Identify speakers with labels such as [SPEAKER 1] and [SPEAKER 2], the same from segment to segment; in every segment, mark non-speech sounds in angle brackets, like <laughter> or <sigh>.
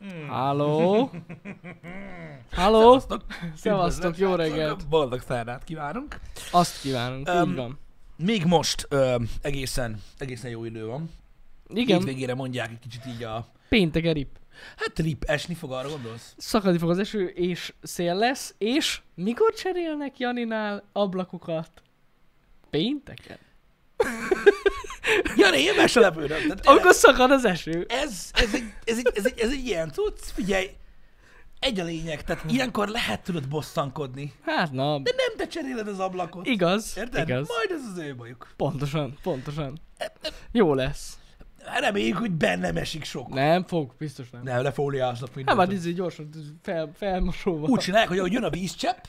[SPEAKER 1] <laughs>
[SPEAKER 2] Háló? Háló?
[SPEAKER 1] Szevasztok!
[SPEAKER 2] Szevasztok, jó
[SPEAKER 1] Üdvözlök,
[SPEAKER 2] reggelt!
[SPEAKER 1] srácok! Boldog szerdát kívánunk!
[SPEAKER 2] Azt kívánunk,
[SPEAKER 1] Öm,
[SPEAKER 2] így van.
[SPEAKER 1] Még most ö, egészen, egészen jó idő van.
[SPEAKER 2] Igen,
[SPEAKER 1] Hétvégére mondják egy kicsit így a...
[SPEAKER 2] péntek erip.
[SPEAKER 1] Hát rip, esni fog, arra gondolsz?
[SPEAKER 2] Szakadni fog az eső, és szél lesz, és mikor cserélnek Janinál ablakokat? Pénteken?
[SPEAKER 1] Jani, én meg se lepődöm. de tényleg,
[SPEAKER 2] Amikor szakad az eső.
[SPEAKER 1] Ez, ez, egy, ez, egy, ez, egy, ez egy ilyen tudsz, figyelj! Egy a lényeg,
[SPEAKER 2] Mm.
[SPEAKER 1] tehát ilyenkor lehet tudod bosszankodni.
[SPEAKER 2] Hát na,
[SPEAKER 1] De nem te cseréled az ablakot.
[SPEAKER 2] igaz,
[SPEAKER 1] Érted?
[SPEAKER 2] igaz.
[SPEAKER 1] Majd ez az ő bajuk.
[SPEAKER 2] Pontosan, pontosan. Jó lesz.
[SPEAKER 1] Reméljük, hogy bennem esik sok. Ne.
[SPEAKER 2] Nem fog, biztos nem.
[SPEAKER 1] Nem, lefóliáznak
[SPEAKER 2] Hát
[SPEAKER 1] mindent.
[SPEAKER 2] már izé gyorsan fel, felmosóval.
[SPEAKER 1] Úgy csinálják, hogy ahogy jön a vízcsepp,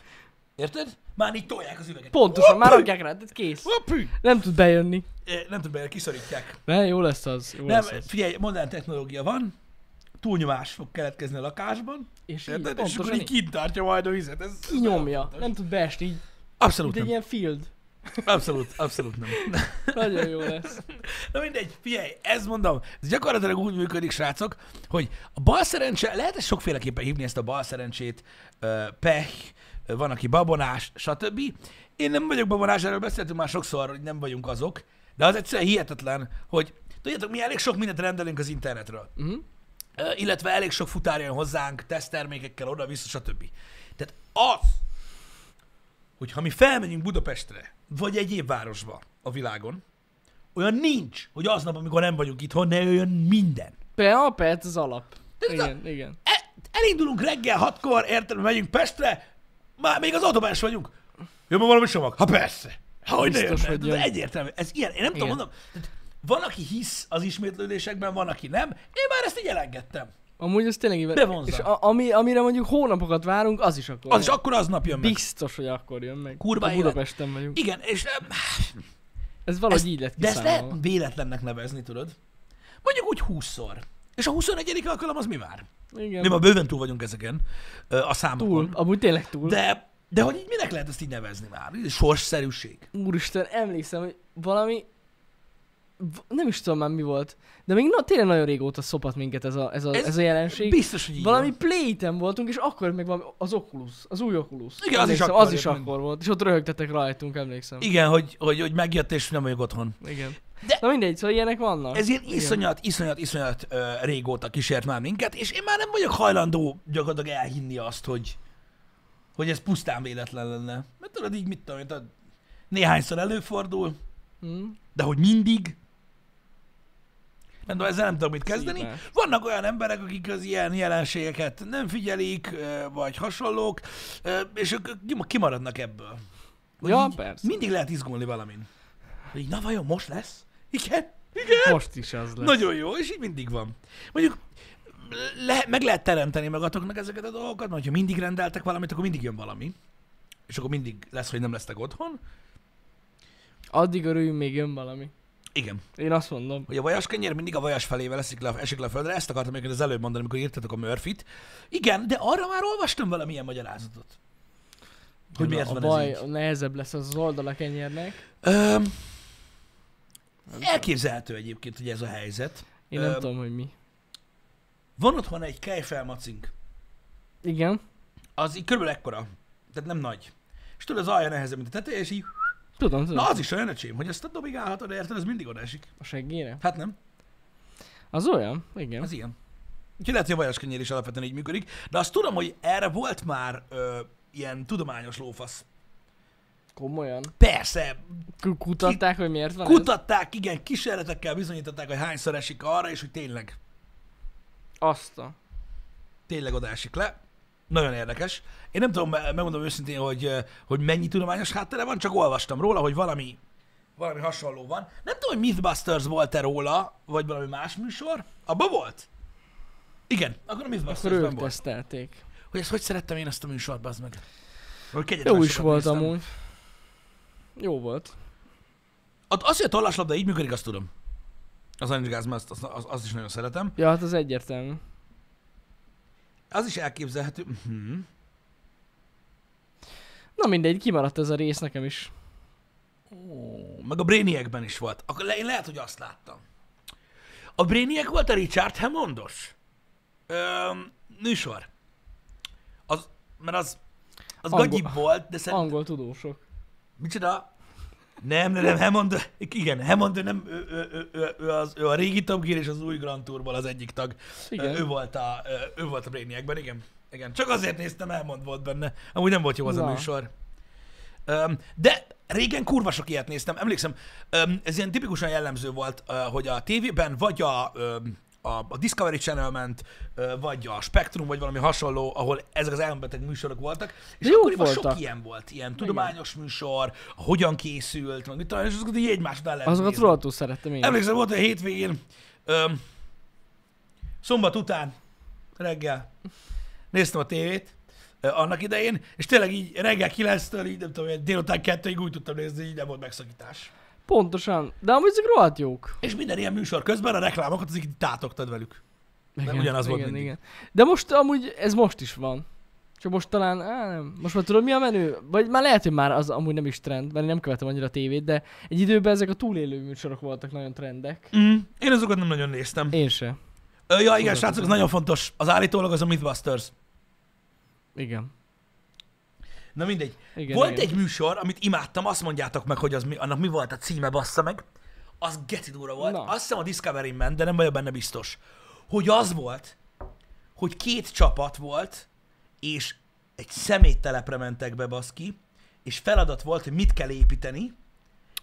[SPEAKER 1] érted? Már így tolják az üveget.
[SPEAKER 2] Pontosan, már
[SPEAKER 1] Hoppü!
[SPEAKER 2] rakják rá, tehát kész.
[SPEAKER 1] Hoppü!
[SPEAKER 2] Nem tud bejönni.
[SPEAKER 1] Ö, Eh, Nem tudom, mert kiszorítják.
[SPEAKER 2] Ne, jó lesz az, jó
[SPEAKER 1] Nem,
[SPEAKER 2] lesz az.
[SPEAKER 1] figyelj, modern technológia van, túlnyomás fog keletkezni a lakásban,
[SPEAKER 2] És így,
[SPEAKER 1] érted? És akkor
[SPEAKER 2] pontosan
[SPEAKER 1] így
[SPEAKER 2] így
[SPEAKER 1] kint tartja majd a vizet. Ez, ez nagyon
[SPEAKER 2] kinyomja.
[SPEAKER 1] fontos.
[SPEAKER 2] Nem tud beesni, így,
[SPEAKER 1] Abszolút
[SPEAKER 2] mint egy ilyen
[SPEAKER 1] nem. <laughs>
[SPEAKER 2] field.
[SPEAKER 1] Abszolút, abszolút nem.
[SPEAKER 2] Nagyon jó lesz.
[SPEAKER 1] Na mindegy, figyelj, ez mondom, ez gyakorlatilag úgy működik, srácok, hogy a bal szerencse, lehet ezt sokféleképpen hívni ezt a bal szerencsét, ö, pech, ö, van, aki babonás, stb. Én nem vagyok babonás, erről beszéltünk már sokszor, hogy nem vagyunk azok, de az egyszerűen hihetetlen, hogy tudjátok, mi elég sok mindent rendelünk az internetről.
[SPEAKER 2] Mhm.
[SPEAKER 1] Ö, illetve elég sok futár jön hozzánk, teszttermékekkel oda-vissza, stb. Tehát az, hogy ha mi felmegyünk Budapestre, vagy egyéb városba a világon, olyan nincs, hogy aznap, amikor nem vagyunk itthon, ne jöjjön minden.
[SPEAKER 2] Pe- A perc az alap.
[SPEAKER 1] Ez a-
[SPEAKER 2] Igen, igen.
[SPEAKER 1] E- elindulunk reggel hatkor, érted, megyünk Pestre, már még az autóban is vagyunk. Jön ma valami csomag? Ha persze. Ha, hogy ne
[SPEAKER 2] Biztos,
[SPEAKER 1] jönne.
[SPEAKER 2] hogy
[SPEAKER 1] Ez
[SPEAKER 2] jön.
[SPEAKER 1] Egyértelmű. Ez ilyen, én nem tudom
[SPEAKER 2] Igen.
[SPEAKER 1] mondom. Tehát van, aki hisz az ismétlődésekben, van, aki nem. Én már ezt így elengedtem.
[SPEAKER 2] Amúgy ez tényleg így
[SPEAKER 1] Bevonza.
[SPEAKER 2] És a, ami, amire mondjuk hónapokat várunk, az is akkor.
[SPEAKER 1] Az
[SPEAKER 2] jön.
[SPEAKER 1] is akkor aznap jön meg.
[SPEAKER 2] Biztos, hogy akkor jön meg.
[SPEAKER 1] Kurva
[SPEAKER 2] Ha
[SPEAKER 1] élet.
[SPEAKER 2] Budapesten vagyunk.
[SPEAKER 1] Igen, és em,
[SPEAKER 2] Ez valahogy így lett
[SPEAKER 1] De ezt
[SPEAKER 2] kiszámolva.
[SPEAKER 1] lehet véletlennek nevezni, tudod? Mondjuk úgy 20-szor. És a 21. alkalom az mi már?
[SPEAKER 2] Igen.
[SPEAKER 1] Mi már bőven túl vagyunk ezeken ö, a számokon.
[SPEAKER 2] Túl. Amúgy tényleg túl.
[SPEAKER 1] De, de hogy így minek lehet ezt így nevezni már? Ez Sorsszerűség.
[SPEAKER 2] Úristen, emlékszem, hogy valami... v- Nem is tudom már mi volt. De még na, tényleg nagyon régóta szopat minket ez a, ez a, ez,
[SPEAKER 1] Ez
[SPEAKER 2] ez a jelenség.
[SPEAKER 1] Biztos, hogy így
[SPEAKER 2] Valami
[SPEAKER 1] van.
[SPEAKER 2] Playten voltunk, és akkor még valami, az Oculus, az új Oculus.
[SPEAKER 1] Igen, az is
[SPEAKER 2] Emlékszem,
[SPEAKER 1] akkor
[SPEAKER 2] az is
[SPEAKER 1] jött meg.
[SPEAKER 2] akkor volt, és ott röhögtetek rajtunk, emlékszem.
[SPEAKER 1] Igen, hogy, hogy, hogy megjött és nem vagyok otthon.
[SPEAKER 2] Igen.
[SPEAKER 1] De-
[SPEAKER 2] De... Na mindegy, szóval ilyenek vannak.
[SPEAKER 1] Ez ilyen iszonyat, iszonyat, iszonyat ö, régóta kísért már minket, és én már nem vagyok hajlandó gyakorlatilag elhinni azt, hogy, hogy ez pusztán véletlen lenne. Mert tudod így, mit tudom, én, tudod, néhányszor előfordul,
[SPEAKER 2] Hm?
[SPEAKER 1] De hogy mindig? Nem tudom, ezzel nem tudok mit kezdeni.
[SPEAKER 2] Szívás.
[SPEAKER 1] Vannak olyan emberek, akik az ilyen jelenségeket nem figyelik, ö, vagy hasonlók, ö, és ők kim- kimaradnak ebből. Hogy
[SPEAKER 2] Ja,
[SPEAKER 1] így
[SPEAKER 2] persze.
[SPEAKER 1] Mindig lehet izgulni valamin. Hogy így, na vajon most lesz? Igen? Igen?
[SPEAKER 2] Most is az lesz.
[SPEAKER 1] Nagyon jó, és így mindig van. Mondjuk le, meg lehet teremteni magatoknak ezeket a dolgokat, mert ha mindig rendeltek valamit, akkor mindig jön valami. És akkor mindig lesz, hogy nem lesztek otthon.
[SPEAKER 2] Addig örüljünk, még jön valami.
[SPEAKER 1] Igen.
[SPEAKER 2] Én azt mondom.
[SPEAKER 1] hogy a vajas kenyér mindig a vajas felével esik le, esik le a földre, ezt akartam egyébként az előbb mondani, amikor írtatok a Murphy-t. Igen, de arra már olvastam valamilyen magyarázatot. Hogy miért
[SPEAKER 2] a
[SPEAKER 1] van
[SPEAKER 2] baj,
[SPEAKER 1] ez így.
[SPEAKER 2] nehezebb lesz az oldalak enyérnek.
[SPEAKER 1] Öm, elképzelhető egyébként, hogy ez a helyzet.
[SPEAKER 2] Én nem
[SPEAKER 1] Öm.
[SPEAKER 2] tudom, hogy mi.
[SPEAKER 1] Van otthon egy kejfelmacink,
[SPEAKER 2] Igen.
[SPEAKER 1] az így körülbelül ekkora, tehát nem nagy. És tudod, az alja nehezebb, mint a teteje, és így...
[SPEAKER 2] Tudom, tudom.
[SPEAKER 1] Na az is olyan öcsém, hogy azt dobigálhatod, érted, ez mindig oda esik.
[SPEAKER 2] A seggére?
[SPEAKER 1] Hát nem,
[SPEAKER 2] Az olyan? Igen.
[SPEAKER 1] az ilyen. Úgyhogy lehet, hogy a vajas kenyér is alapvetően így működik, de azt tudom, hogy erre volt már ö, ilyen tudományos lófasz.
[SPEAKER 2] Komolyan.
[SPEAKER 1] Persze,
[SPEAKER 2] K- Kutatták, hogy miért van ez?
[SPEAKER 1] kutatták, igen, kísérletekkel bizonyították, hogy hányszor esik arra, és hogy tényleg,
[SPEAKER 2] Azt a...
[SPEAKER 1] tényleg oda esik le. Nagyon érdekes. Én nem tudom, me- megmondom őszintén, hogy, eh, hogy mennyi tudományos háttere van, csak olvastam róla, hogy valami, valami hasonló van. Nem tudom, hogy Mythbusters volt-e róla, vagy valami más műsor. Abba volt? Igen, akkor a
[SPEAKER 2] Akkor
[SPEAKER 1] Mythbusters
[SPEAKER 2] ők
[SPEAKER 1] volt.
[SPEAKER 2] tesztelték.
[SPEAKER 1] Hogy ezt hogy szerettem én ezt a műsort, bazd meg. Hogy kegyetlen
[SPEAKER 2] Jó is
[SPEAKER 1] sokat
[SPEAKER 2] volt
[SPEAKER 1] néztem.
[SPEAKER 2] amúgy. Jó volt.
[SPEAKER 1] Ott az, hogy a tollaslabda így működik, azt tudom. Az Orange Gáz, mert azt, azt, azt is nagyon szeretem.
[SPEAKER 2] Ja, hát az egyértelmű.
[SPEAKER 1] Az is elképzelhető. Mhm.
[SPEAKER 2] Na mindegy, kimaradt ez a rész nekem is.
[SPEAKER 1] Ó, meg a Brainiacben is volt. Akkor le, én lehet, hogy azt láttam. A Brainiac volt a Richard Hammondos Öm, műsor. Az, mert az, az
[SPEAKER 2] Angol-
[SPEAKER 1] gagyibb volt, de szerintem...
[SPEAKER 2] Angol tudósok.
[SPEAKER 1] Micsoda? Nem, nem, nem, Hammond, igen, Hammond, nem, ő, ő, ő, ő, ő, az, ő a régi Top Gear és az új Grand Tourból az egyik tag.
[SPEAKER 2] Igen.
[SPEAKER 1] Igen. Ő volt a, ő volt a Brainiacben, igen. Igen, csak azért néztem, Hammond volt benne. Amúgy nem volt jó az
[SPEAKER 2] Na.
[SPEAKER 1] a műsor. Öm, de régen kurva sok ilyet néztem, emlékszem, öm, ez ilyen tipikusan jellemző volt, ö, hogy a tévében vagy a, öm, a, a Discovery Channel ment, ö, vagy a Spectrum, vagy valami hasonló, ahol ezek az elmebeteg műsorok voltak, és
[SPEAKER 2] De jók
[SPEAKER 1] akkoriban sok
[SPEAKER 2] voltak.
[SPEAKER 1] ilyen volt, ilyen tudományos műsor, a hogyan készült, meg mit talán, és azokat így egymás után lehet
[SPEAKER 2] Azokat
[SPEAKER 1] nézni.
[SPEAKER 2] rohadtul szerettem én.
[SPEAKER 1] Emlékszem, volt egy hétvégén, öm, szombat után, reggel, néztem a tévét, ö, annak idején, és tényleg így reggel 9-től, így nem tudom, ilyen délután 2-ig úgy tudtam nézni, így nem volt megszakítás.
[SPEAKER 2] Pontosan. De amúgy ezek rohadt jók.
[SPEAKER 1] És minden ilyen műsor közben a reklámokat azok így tátogtad velük.
[SPEAKER 2] Igen,
[SPEAKER 1] ugyanaz volt
[SPEAKER 2] igen,
[SPEAKER 1] mindig.
[SPEAKER 2] igen. De most amúgy ez most is van. Csak most talán, á, nem. Most már tudod mi a menő? Vagy már lehet, hogy már az amúgy nem is trend, mert én nem követem annyira a tévét, de egy időben ezek a túlélő műsorok voltak nagyon trendek.
[SPEAKER 1] Mm. Én azokat nem nagyon néztem.
[SPEAKER 2] Én se.
[SPEAKER 1] Ö, ja, igen, srácok, ez nagyon fontos. Az állítólag az a Mythbusters.
[SPEAKER 2] Igen. <sniffs>
[SPEAKER 1] Na mindegy.
[SPEAKER 2] Igen,
[SPEAKER 1] volt
[SPEAKER 2] igen.
[SPEAKER 1] egy műsor, amit imádtam, azt mondjátok meg, hogy az mi, annak mi volt a címe, bassza meg. Az gecidúra volt.
[SPEAKER 2] Na.
[SPEAKER 1] Na. Azt hiszem a discovery ment, de nem vagyok benne biztos. Hogy az volt, hogy két csapat volt, és egy szeméttelepre mentek be, baszki, és feladat volt, hogy mit kell építeni,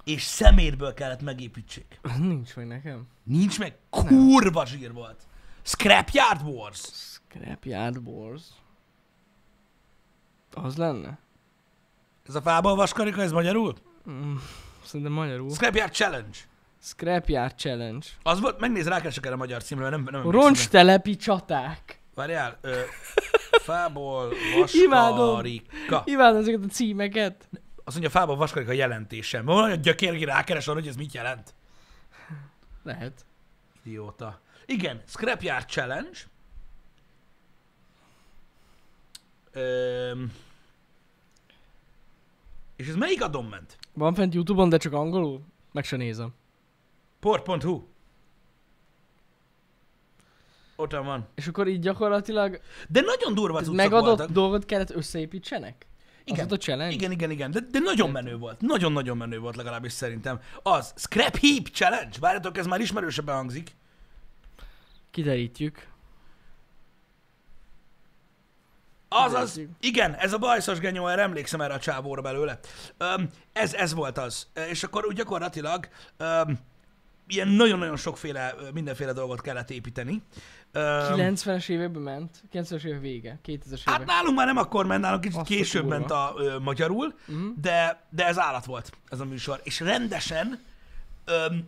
[SPEAKER 1] és szemétből kellett megépítsék.
[SPEAKER 2] Nincs meg nekem.
[SPEAKER 1] Nincs meg, kurva zsír volt. Scrapyard Wars.
[SPEAKER 2] Scrapyard Wars. Az lenne?
[SPEAKER 1] Ez a fából vaskarika, ez magyarul?
[SPEAKER 2] Mm. Szerintem magyarul.
[SPEAKER 1] Scrapyard Challenge.
[SPEAKER 2] Scrapyard Challenge.
[SPEAKER 1] Az volt, megnéz, rákeresek erre a magyar címre, nem, nem emlékszem.
[SPEAKER 2] Roncstelepi csaták.
[SPEAKER 1] Várjál, ö, fából
[SPEAKER 2] <laughs> Imádom.
[SPEAKER 1] vaskarika.
[SPEAKER 2] Imádom ezeket a címeket.
[SPEAKER 1] Azt mondja, fából vaskarika jelentése. Van olyan gyökér, aki rákeres arra, hogy ez mit jelent.
[SPEAKER 2] Lehet.
[SPEAKER 1] Idióta. Igen, Scrapyard Challenge. Öm. És ez melyik adon ment?
[SPEAKER 2] Van fent Youtube-on, de csak angolul? Meg se nézem.
[SPEAKER 1] Port.hu Ott van.
[SPEAKER 2] És akkor így gyakorlatilag
[SPEAKER 1] De nagyon durva az
[SPEAKER 2] az
[SPEAKER 1] utcok
[SPEAKER 2] megadott
[SPEAKER 1] voltak.
[SPEAKER 2] dolgot kellett összeépítsenek?
[SPEAKER 1] Igen.
[SPEAKER 2] Az volt a challenge?
[SPEAKER 1] Igen, igen, igen, de, de nagyon menő volt. Nagyon-nagyon menő volt legalábbis szerintem. Az Scrap Heap Challenge. Várjatok, ez már ismerősebben hangzik.
[SPEAKER 2] Kiderítjük.
[SPEAKER 1] Azaz,
[SPEAKER 2] Látjuk.
[SPEAKER 1] igen, ez a bajszos genyó, erre emlékszem erre a csávóra belőle. Öm, ez, ez volt az. Ö, És akkor úgy gyakorlatilag öm, ilyen nagyon-nagyon sokféle, ö, mindenféle dolgot kellett építeni. Öm,
[SPEAKER 2] 90-es években ment. 90-es évek vége. 2000-es
[SPEAKER 1] hát
[SPEAKER 2] évek.
[SPEAKER 1] nálunk már nem akkor ment, nálunk kicsit
[SPEAKER 2] Azt a
[SPEAKER 1] később
[SPEAKER 2] kurva.
[SPEAKER 1] ment a ö, magyarul,
[SPEAKER 2] Mhm.
[SPEAKER 1] de, de ez állat volt, ez a műsor. És rendesen, öm,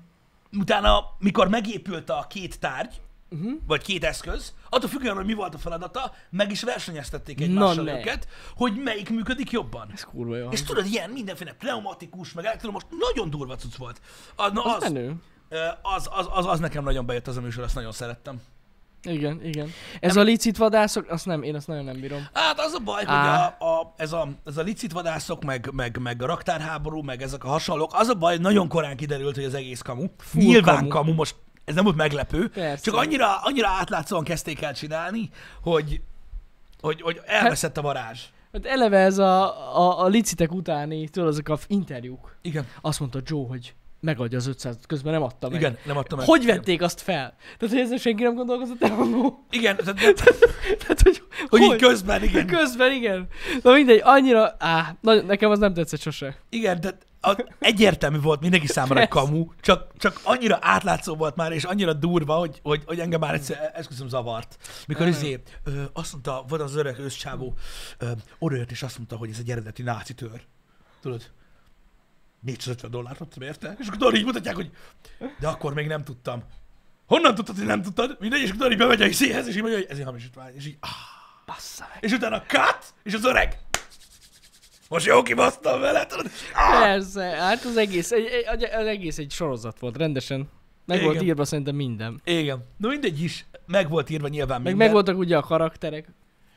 [SPEAKER 1] utána, mikor megépült a két tárgy,
[SPEAKER 2] Mhm.
[SPEAKER 1] vagy két eszköz, attól függően, hogy mi volt a feladata, meg is versenyeztették egymással
[SPEAKER 2] ne.
[SPEAKER 1] őket, hogy melyik működik jobban.
[SPEAKER 2] Ez kurva jó.
[SPEAKER 1] És tudod, ilyen mindenféle pneumatikus, meg elektromos, nagyon durva cucc volt. Az, na
[SPEAKER 2] Az
[SPEAKER 1] az,
[SPEAKER 2] menő.
[SPEAKER 1] ö, az, az, az, az, nekem nagyon bejött az a műsor, azt nagyon szerettem.
[SPEAKER 2] Igen, igen. Ez a licit vadászok, azt nem, én azt nagyon nem bírom.
[SPEAKER 1] Hát az a baj, hogy
[SPEAKER 2] Á.
[SPEAKER 1] a, a, ez, a, ez a licitvadászok, meg, meg, meg a raktárháború, meg ezek a hasonlók, az a baj, hogy nagyon korán kiderült, hogy az egész kamu.
[SPEAKER 2] Full
[SPEAKER 1] Nyilván
[SPEAKER 2] kamu.
[SPEAKER 1] kamu. most ez nem volt meglepő,
[SPEAKER 2] Persze.
[SPEAKER 1] csak annyira, annyira átlátszóan kezdték el csinálni, hogy, hogy, hogy elveszett a varázs.
[SPEAKER 2] Hát eleve ez a, a, a licitek utáni, tudod, azok a f- interjúk.
[SPEAKER 1] Igen,
[SPEAKER 2] Azt mondta Joe, hogy megadja az 500 közben nem adta meg.
[SPEAKER 1] igen, nem adtam el.
[SPEAKER 2] Hogy vették azt fel? Tehát, hogy ezzel senki nem gondolkozott el
[SPEAKER 1] <laughs>
[SPEAKER 2] annó.
[SPEAKER 1] Igen, tehát,
[SPEAKER 2] Tehát, hogy,
[SPEAKER 1] hogy így közben, igen.
[SPEAKER 2] Közben igen. Na mindegy, annyira... Á, na, nekem az nem tetszett sose.
[SPEAKER 1] Igen, de az egyértelmű volt mindenki számára
[SPEAKER 2] Persze.
[SPEAKER 1] kamu, csak, csak annyira átlátszó volt már, és annyira durva, hogy, hogy, hogy engem már egyszer, esküszöm, zavart. Mikor
[SPEAKER 2] Nem.
[SPEAKER 1] izé, ö, azt mondta, volt az öreg őszcsávó, ö, odajött és azt mondta, hogy ez egy eredeti náci tör. Tudod? 450 dollárt adtam érte, és akkor Dori így mutatják, hogy de akkor még nem tudtam. Honnan tudtad, hogy nem tudtad? Mindegy, és akkor Dori bemegy a izéhez, és így mondja, hogy ez egy hamisítvány, és így, ah,
[SPEAKER 2] Bassza meg.
[SPEAKER 1] és utána cut, és az öreg. Most jó kibasztam vele, tudod? Ah!
[SPEAKER 2] Persze, hát az egész egy, egy, egy- az egész egy sorozat volt, rendesen. Meg
[SPEAKER 1] Igen.
[SPEAKER 2] volt írva szerintem minden.
[SPEAKER 1] Igen. Na mindegy is, meg volt írva nyilván
[SPEAKER 2] Meg,
[SPEAKER 1] minden.
[SPEAKER 2] meg voltak ugye a karakterek.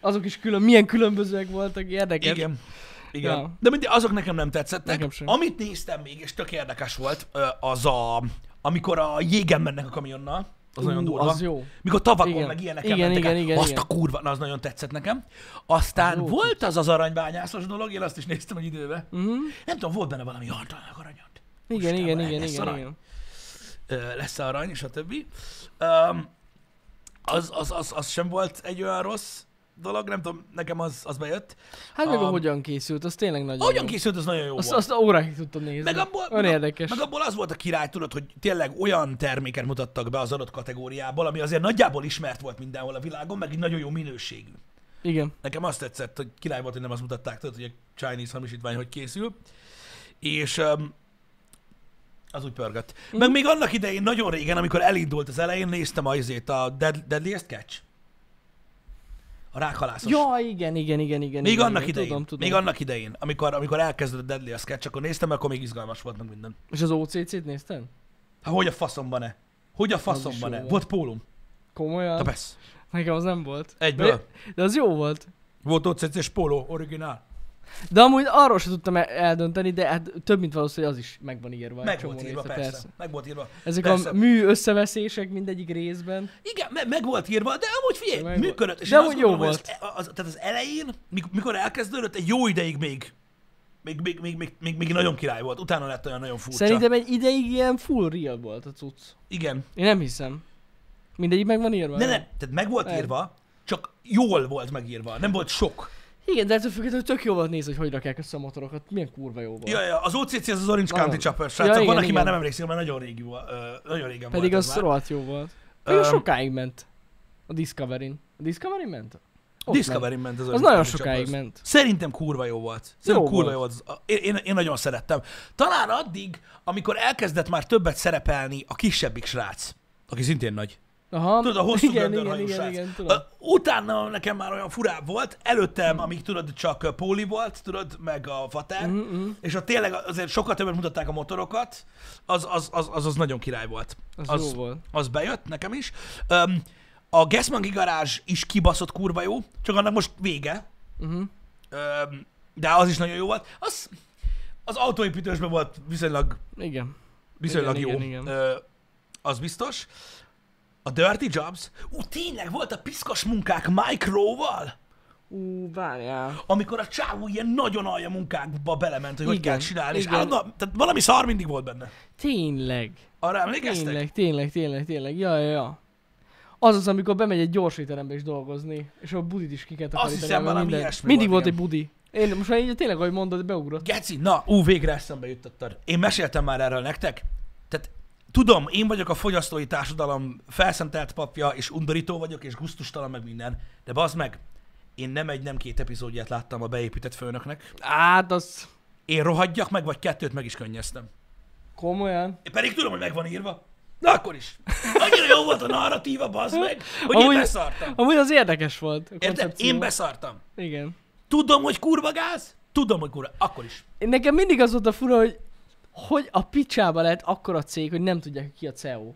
[SPEAKER 2] Azok is külön, milyen különbözőek voltak, érdekes.
[SPEAKER 1] Igen. Igen.
[SPEAKER 2] Ja.
[SPEAKER 1] Ja. De mindegy, azok nekem nem tetszettek.
[SPEAKER 2] Nekem sem.
[SPEAKER 1] Amit néztem még, és tök érdekes volt, ö, az a... Amikor a jégen mennek a kamionnal, Az nagyon
[SPEAKER 2] Ú,
[SPEAKER 1] durva.
[SPEAKER 2] Az jó.
[SPEAKER 1] Mikor tavakon,
[SPEAKER 2] Igen.
[SPEAKER 1] meg ilyeneken
[SPEAKER 2] Igen,
[SPEAKER 1] mentek
[SPEAKER 2] igen,
[SPEAKER 1] el.
[SPEAKER 2] igen,
[SPEAKER 1] Azt
[SPEAKER 2] igen.
[SPEAKER 1] a kurva, na, az nagyon tetszett nekem. Aztán
[SPEAKER 2] Az jó
[SPEAKER 1] volt az az aranybányászos dolog, én azt is néztem egy időbe.
[SPEAKER 2] Mhm.
[SPEAKER 1] Nem tudom, volt benne valami hartalnak aranyat.
[SPEAKER 2] Igen,
[SPEAKER 1] Úristen,
[SPEAKER 2] igen,
[SPEAKER 1] van,
[SPEAKER 2] igen,
[SPEAKER 1] lesz
[SPEAKER 2] igen,
[SPEAKER 1] arany.
[SPEAKER 2] igen.
[SPEAKER 1] Ö, lesz arany, és a többi. Um, az, az, az, az, sem volt egy olyan rossz dolog, nem tudom, nekem az, az bejött.
[SPEAKER 2] Hát meg a
[SPEAKER 1] Um,
[SPEAKER 2] hogyan készült, az tényleg nagyon
[SPEAKER 1] Ahogyan
[SPEAKER 2] jó.
[SPEAKER 1] készült, az nagyon jó
[SPEAKER 2] Azt,
[SPEAKER 1] volt.
[SPEAKER 2] azt órákig tudtam nézni.
[SPEAKER 1] Meg abból,
[SPEAKER 2] Olyan
[SPEAKER 1] meg, a-
[SPEAKER 2] érdekes.
[SPEAKER 1] meg abból az volt a király, tudod, hogy tényleg olyan terméket mutattak be az adott kategóriából, ami azért nagyjából ismert volt mindenhol a világon, meg egy nagyon jó minőségű.
[SPEAKER 2] Igen.
[SPEAKER 1] Nekem azt tetszett, hogy király volt, hogy nem azt mutatták, tudod, hogy a Chinese hamisítvány hogy készül. És um, az úgy pörgött.
[SPEAKER 2] Mhm.
[SPEAKER 1] Meg még annak idején, nagyon régen, amikor elindult az elején, néztem azért a Dead, Deadliest Catch. A rákhalászos.
[SPEAKER 2] Ja, igen, igen, igen, igen.
[SPEAKER 1] még
[SPEAKER 2] igen,
[SPEAKER 1] annak
[SPEAKER 2] igen.
[SPEAKER 1] idején,
[SPEAKER 2] Tudom, tudom.
[SPEAKER 1] még annak idején, amikor, amikor elkezdődött a Deadliest Catch, akkor néztem, akkor még izgalmas volt meg minden.
[SPEAKER 2] És az OCC-t nézted?
[SPEAKER 1] Hát hogy a faszomban-e? Hogy a faszomban-e?
[SPEAKER 2] jó Hát-
[SPEAKER 1] Volt pólum.
[SPEAKER 2] Komolyan?
[SPEAKER 1] Na persze.
[SPEAKER 2] Nekem az nem volt.
[SPEAKER 1] Egyből.
[SPEAKER 2] De, de az jó volt.
[SPEAKER 1] Volt ott és póló, originál.
[SPEAKER 2] De amúgy arról sem tudtam el- eldönteni, de hát több mint valószínű, hogy az is meg van írva. egy
[SPEAKER 1] Meg
[SPEAKER 2] csomó
[SPEAKER 1] volt írva,
[SPEAKER 2] része,
[SPEAKER 1] persze. persze. Meg volt írva.
[SPEAKER 2] Ezek
[SPEAKER 1] Persze.
[SPEAKER 2] a mű összeveszések mindegyik részben.
[SPEAKER 1] Igen, me- meg volt írva, de amúgy figyelj,
[SPEAKER 2] Meg
[SPEAKER 1] meg
[SPEAKER 2] volt.
[SPEAKER 1] működött. És
[SPEAKER 2] De
[SPEAKER 1] én azt
[SPEAKER 2] amúgy jó
[SPEAKER 1] gondolom, hogy Az, az, tehát az elején, mik- mikor elkezdődött, egy jó ideig még még, még, még, még, még, még nagyon király volt, utána lett olyan nagyon furcsa.
[SPEAKER 2] Szerintem egy ideig ilyen full real volt a cucc.
[SPEAKER 1] Igen.
[SPEAKER 2] Én nem hiszem. Mindegyik meg van írva.
[SPEAKER 1] Ne, ne,
[SPEAKER 2] nem?
[SPEAKER 1] tehát meg volt
[SPEAKER 2] Nem.
[SPEAKER 1] írva, csak jól volt megírva, nem volt sok.
[SPEAKER 2] Igen, de ettől függetlenül tök jó volt nézni, hogy hogy rakják össze a motorokat. Milyen kurva jó volt.
[SPEAKER 1] Ja, ja, az OCC az az Orange
[SPEAKER 2] Nagyon.
[SPEAKER 1] County Chopper,
[SPEAKER 2] Ja,
[SPEAKER 1] srácok,
[SPEAKER 2] igen,
[SPEAKER 1] van, aki
[SPEAKER 2] igen.
[SPEAKER 1] már nem emlékszik, mert nagyon régi, volt, ö, nagyon régen volt
[SPEAKER 2] Pedig az
[SPEAKER 1] már.
[SPEAKER 2] rohadt jó volt. Pedig az
[SPEAKER 1] Öm.
[SPEAKER 2] sokáig ment. A Discovery-n. A Discovery ment? Ott ment.
[SPEAKER 1] Discovery ment
[SPEAKER 2] Az
[SPEAKER 1] az Orange
[SPEAKER 2] nagyon
[SPEAKER 1] County
[SPEAKER 2] sokáig
[SPEAKER 1] Choppers.
[SPEAKER 2] ment.
[SPEAKER 1] Szerintem kurva jó volt. Szerintem
[SPEAKER 2] Jó
[SPEAKER 1] jó kurva volt. jó volt. Én, én, én nagyon szerettem. Talán addig, amikor elkezdett már többet szerepelni a kisebbik srác, aki szintén nagy.
[SPEAKER 2] Aha.
[SPEAKER 1] Tudod, a hosszú
[SPEAKER 2] igen, igen,
[SPEAKER 1] göndörhajú
[SPEAKER 2] igen,
[SPEAKER 1] srác.
[SPEAKER 2] igen,
[SPEAKER 1] Ö,
[SPEAKER 2] tudom.
[SPEAKER 1] Utána nekem már olyan furább volt, előttem, amíg tudod, csak ö, Póli volt, tudod, meg a Fater,
[SPEAKER 2] Mhm, mhm.
[SPEAKER 1] és a tényleg azért sokkal többet mutatták a motorokat, az az, az, az, az nagyon király volt.
[SPEAKER 2] Az,
[SPEAKER 1] az-
[SPEAKER 2] jó volt.
[SPEAKER 1] Az bejött nekem is. Öm, a Gasmangi garázs is kibaszott kurva jó, csak annak most vége,
[SPEAKER 2] Uh-huh.
[SPEAKER 1] Öm, de az is nagyon jó volt. Az, az autóépítősben volt viszonylag,
[SPEAKER 2] Igen.
[SPEAKER 1] viszonylag
[SPEAKER 2] Igen,
[SPEAKER 1] jó.
[SPEAKER 2] igen, igen.
[SPEAKER 1] Ö, az biztos. A Dirty Jobs. Ú, tényleg volt a piszkos munkák Mike Rowe-val?
[SPEAKER 2] Ú, várjál.
[SPEAKER 1] Amikor a csávó ilyen nagyon alja munkákba belement, hogy hogy
[SPEAKER 2] Igen,
[SPEAKER 1] kell csinálni, és
[SPEAKER 2] igen.
[SPEAKER 1] állandóan, tehát valami szar mindig volt benne.
[SPEAKER 2] Tényleg.
[SPEAKER 1] Arra emlékeztek?
[SPEAKER 2] Tényleg, tényleg, tényleg, tényleg. Ja, ja, ja. Az az, amikor bemegy egy gyorsíterembe is dolgozni, és a budit is ki kell takarítani.
[SPEAKER 1] hiszem,
[SPEAKER 2] meg
[SPEAKER 1] valami
[SPEAKER 2] mindent.
[SPEAKER 1] ilyesmi
[SPEAKER 2] Mindig
[SPEAKER 1] volt,
[SPEAKER 2] volt, egy budi. Én most már így tényleg, ahogy mondod, beugrott.
[SPEAKER 1] Geci, na, ú, végre eszembe jutottad. Én meséltem már erről nektek. Tehát tudom, én vagyok a fogyasztói társadalom felszentelt papja, és undorító vagyok, és gusztustalan meg minden, de bazd meg, én nem egy, nem két epizódját láttam a beépített főnöknek.
[SPEAKER 2] Hát, az
[SPEAKER 1] Én rohadjak meg, vagy kettőt meg is könnyeztem.
[SPEAKER 2] komolyan.
[SPEAKER 1] Én pedig tudom, hogy meg van írva. Na akkor is. Annyira jó volt a narratíva, bazd meg, hogy én
[SPEAKER 2] Amúgy-
[SPEAKER 1] beszartam.
[SPEAKER 2] Amúgy az érdekes volt. a
[SPEAKER 1] Érted?
[SPEAKER 2] koncepció.
[SPEAKER 1] Én beszartam.
[SPEAKER 2] Igen.
[SPEAKER 1] Tudom, hogy kurva gáz, tudom, hogy kurva. Akkor is.
[SPEAKER 2] Én- Nekem mindig az volt a fura, hogy hogy a picsába lehet akkora cég, hogy nem tudják, hogy ki a CEO.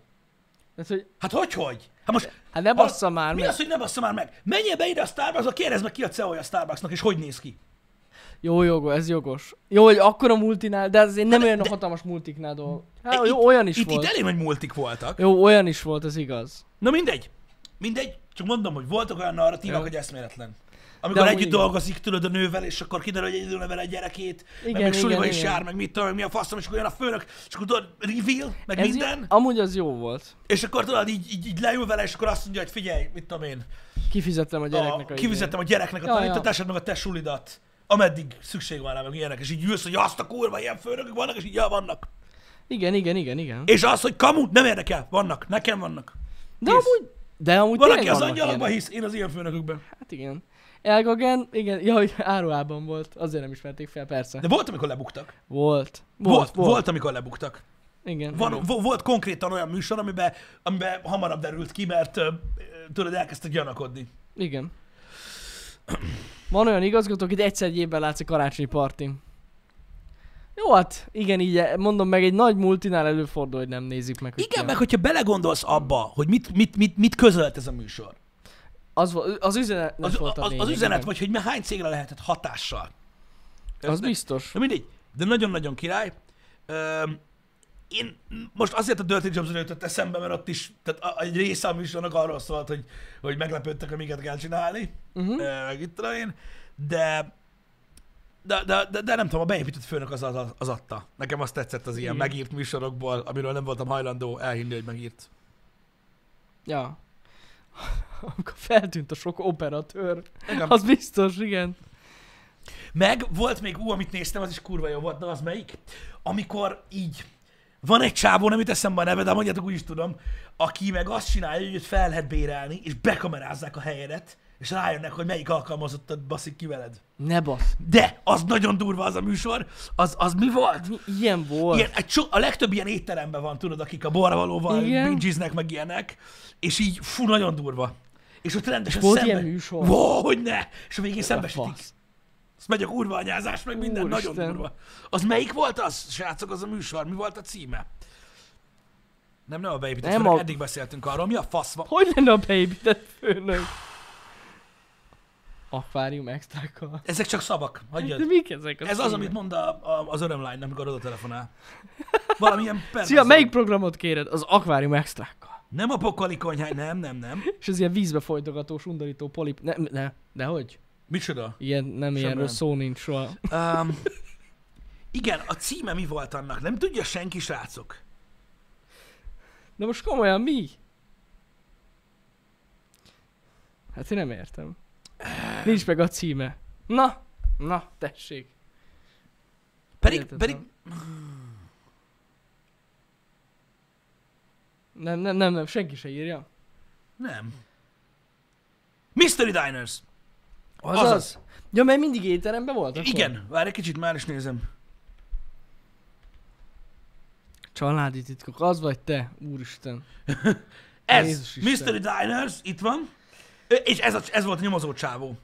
[SPEAKER 2] Tehát, hogy
[SPEAKER 1] Hát hogy, hogy? Hát most
[SPEAKER 2] hát ne bassza már
[SPEAKER 1] Mi
[SPEAKER 2] meg.
[SPEAKER 1] az, hogy nem bassza már meg? Menjél be ide a Starbucksba, kérdezd meg ki a CEO-ja a Starbucksnak, és hogy néz ki.
[SPEAKER 2] Jó, jogos, ez jogos. Jó, hogy akkora multinál, de azért nem
[SPEAKER 1] Hát,
[SPEAKER 2] olyan
[SPEAKER 1] de-
[SPEAKER 2] hatalmas multiknál dolg. Hát,
[SPEAKER 1] Itt-
[SPEAKER 2] jó, olyan is
[SPEAKER 1] itt,
[SPEAKER 2] volt.
[SPEAKER 1] Itt elég nagy multik voltak.
[SPEAKER 2] Jó, olyan is volt, ez igaz.
[SPEAKER 1] Na mindegy. Mindegy. Csak mondom, hogy voltak olyan narratívák,
[SPEAKER 2] Jó.
[SPEAKER 1] hogy eszméletlen. Amikor
[SPEAKER 2] amúgy
[SPEAKER 1] együtt
[SPEAKER 2] igen.
[SPEAKER 1] dolgozik, tudod, a nővel, és akkor kiderül, hogy egyedül nevel egy gyerekét,
[SPEAKER 2] Igen,
[SPEAKER 1] meg még suliba
[SPEAKER 2] igen,
[SPEAKER 1] is
[SPEAKER 2] igen.
[SPEAKER 1] jár, meg mit tudom, meg mi a faszom, és akkor jön a főnök, és akkor tudod, reveal, meg
[SPEAKER 2] Ez
[SPEAKER 1] minden,
[SPEAKER 2] Jó, amúgy az jó volt.
[SPEAKER 1] és akkor tudod, így, így, így leül vele, és akkor azt mondja, hogy figyelj, mit tudom én,
[SPEAKER 2] Kifizettem a gyereknek
[SPEAKER 1] a,
[SPEAKER 2] a, izé-
[SPEAKER 1] kifizettem a gyereknek a
[SPEAKER 2] Ja, ja.
[SPEAKER 1] tanítatását, meg a te sulidat, ameddig szükség van rá, meg ilyenek, és így ülsz, hogy azt a kurva, ilyen főnökök vannak, és így ja, vannak.
[SPEAKER 2] Igen, igen, igen, igen.
[SPEAKER 1] És az, hogy kamu, nem érdekel. Vannak, nekem vannak.
[SPEAKER 2] De
[SPEAKER 1] hisz.
[SPEAKER 2] amúgy, de amúgy
[SPEAKER 1] Van, aki
[SPEAKER 2] tényleg
[SPEAKER 1] az
[SPEAKER 2] vannak
[SPEAKER 1] angyalokba
[SPEAKER 2] ilyenek.
[SPEAKER 1] hisz, én az ilyen főnökökben.
[SPEAKER 2] Hát igen. Elgagen, igen, ja, hogy áruában volt, azért nem ismerték fel, persze.
[SPEAKER 1] De volt, amikor lebuktak.
[SPEAKER 2] Volt.
[SPEAKER 1] Volt, volt, volt, volt amikor lebuktak.
[SPEAKER 2] Igen.
[SPEAKER 1] Van,
[SPEAKER 2] igen.
[SPEAKER 1] vo- volt konkrétan olyan műsor, amiben, amiben hamarabb derült ki, mert ö, ö, tudod, elkezdtek gyanakodni.
[SPEAKER 2] Igen. Van olyan igazgató, akit egyszer egy évben látsz a karácsonyi partin. Jó, hát igen, így mondom meg, egy nagy multinál előfordul, hogy nem nézik meg. hogy ki
[SPEAKER 1] Igen,
[SPEAKER 2] a-
[SPEAKER 1] meg hogyha belegondolsz abba, hogy mit, mit, mit, mit közölt ez a műsor.
[SPEAKER 2] Az, vo- az üzenet
[SPEAKER 1] Az,
[SPEAKER 2] volt a
[SPEAKER 1] az, az
[SPEAKER 2] lényeg,
[SPEAKER 1] üzenet,
[SPEAKER 2] igen.
[SPEAKER 1] vagy hogy mi hány cégre lehetett hatással.
[SPEAKER 2] Az
[SPEAKER 1] Érted?
[SPEAKER 2] biztos.
[SPEAKER 1] Na mindegy, de nagyon-nagyon király. Öm, én most azért a Dirty Jobs jutott eszembe, mert ott is, tehát a- egy része a műsornak arról szólt, hogy, hogy meglepődtek, hogy miket kell csinálni,
[SPEAKER 2] Mhm.
[SPEAKER 1] Ö, meg itt tudom én, de, de, de, de, de nem tudom, a beépített főnök az, az, az adta. Nekem azt tetszett az ilyen
[SPEAKER 2] Igen.
[SPEAKER 1] megírt műsorokból, amiről nem voltam hajlandó elhinni, hogy megírt.
[SPEAKER 2] Ja. <laughs> Amikor feltűnt a sok operatőr,
[SPEAKER 1] Igen.
[SPEAKER 2] az biztos, igen.
[SPEAKER 1] Meg volt még, ú, amit néztem, az is kurva jó volt, na az melyik? Amikor így, van egy csávó, nem jut eszembe a neve, de mondjátok, úgy is tudom, aki meg azt csinálja, hogy őt fel lehet bérelni, és bekamerázzák a helyedet, és rájönnek, hogy melyik alkalmazottad baszik ki veled.
[SPEAKER 2] Ne basz.
[SPEAKER 1] De az nagyon durva az a műsor, az, az mi volt?
[SPEAKER 2] Mi ilyen volt?
[SPEAKER 1] Ilyen, egy so, a legtöbb ilyen étteremben van, tudod, akik a borravalóval
[SPEAKER 2] Igen.
[SPEAKER 1] bingiznek, meg ilyenek, és így, fú, nagyon durva. És ott rendesen
[SPEAKER 2] volt
[SPEAKER 1] szembe...
[SPEAKER 2] ilyen műsor?
[SPEAKER 1] Wow, hogy ne! És a végén szembesítik.
[SPEAKER 2] Fasz.
[SPEAKER 1] Azt megy a kurva anyázás, meg minden,
[SPEAKER 2] Úristen.
[SPEAKER 1] nagyon durva. Az melyik volt az, srácok, az a műsor? Mi volt a címe? Nem, nem a beépített
[SPEAKER 2] Nem
[SPEAKER 1] nem a...
[SPEAKER 2] a-
[SPEAKER 1] eddig beszéltünk arról. Mi a fasz van?
[SPEAKER 2] Hogy lenne a beépített főnök? Akvárium extrákkal.
[SPEAKER 1] Ezek csak szavak,
[SPEAKER 2] De
[SPEAKER 1] hagyjad.
[SPEAKER 2] mik ezek?
[SPEAKER 1] Ez az, amit mond a, a, az örömlány, amikor oda telefonál. Valamilyen perverz.
[SPEAKER 2] Szia, melyik programot kéred? Az akvárium extrákkal.
[SPEAKER 1] Nem a pokoli konyhány, nem, nem, nem.
[SPEAKER 2] És ez ilyen vízbe folytogatós, undorító polip... Ne, ne, de hogy?
[SPEAKER 1] Micsoda?
[SPEAKER 2] Ilyen, nem ilyenről
[SPEAKER 1] nem.
[SPEAKER 2] szó nincs soha.
[SPEAKER 1] Um, igen, a címe mi volt annak? Nem tudja senki, srácok.
[SPEAKER 2] De most komolyan mi? Hát én nem értem. Nincs meg a címe. Na, na, tessék.
[SPEAKER 1] Pedig,
[SPEAKER 2] Értettem.
[SPEAKER 1] pedig
[SPEAKER 2] Nem, nem, nem, nem, senki se írja.
[SPEAKER 1] nem. Mystery Diners.
[SPEAKER 2] Azaz. Ja, mert mindig étteremben volt akkor.
[SPEAKER 1] Igen, várj egy kicsit, már is nézem.
[SPEAKER 2] Családi titkok, az vagy te, úristen.
[SPEAKER 1] Ez,
[SPEAKER 2] Jézus Isten.
[SPEAKER 1] Mystery Diners, itt van. Ö, És ez, a, ez volt a nyomozó csávó.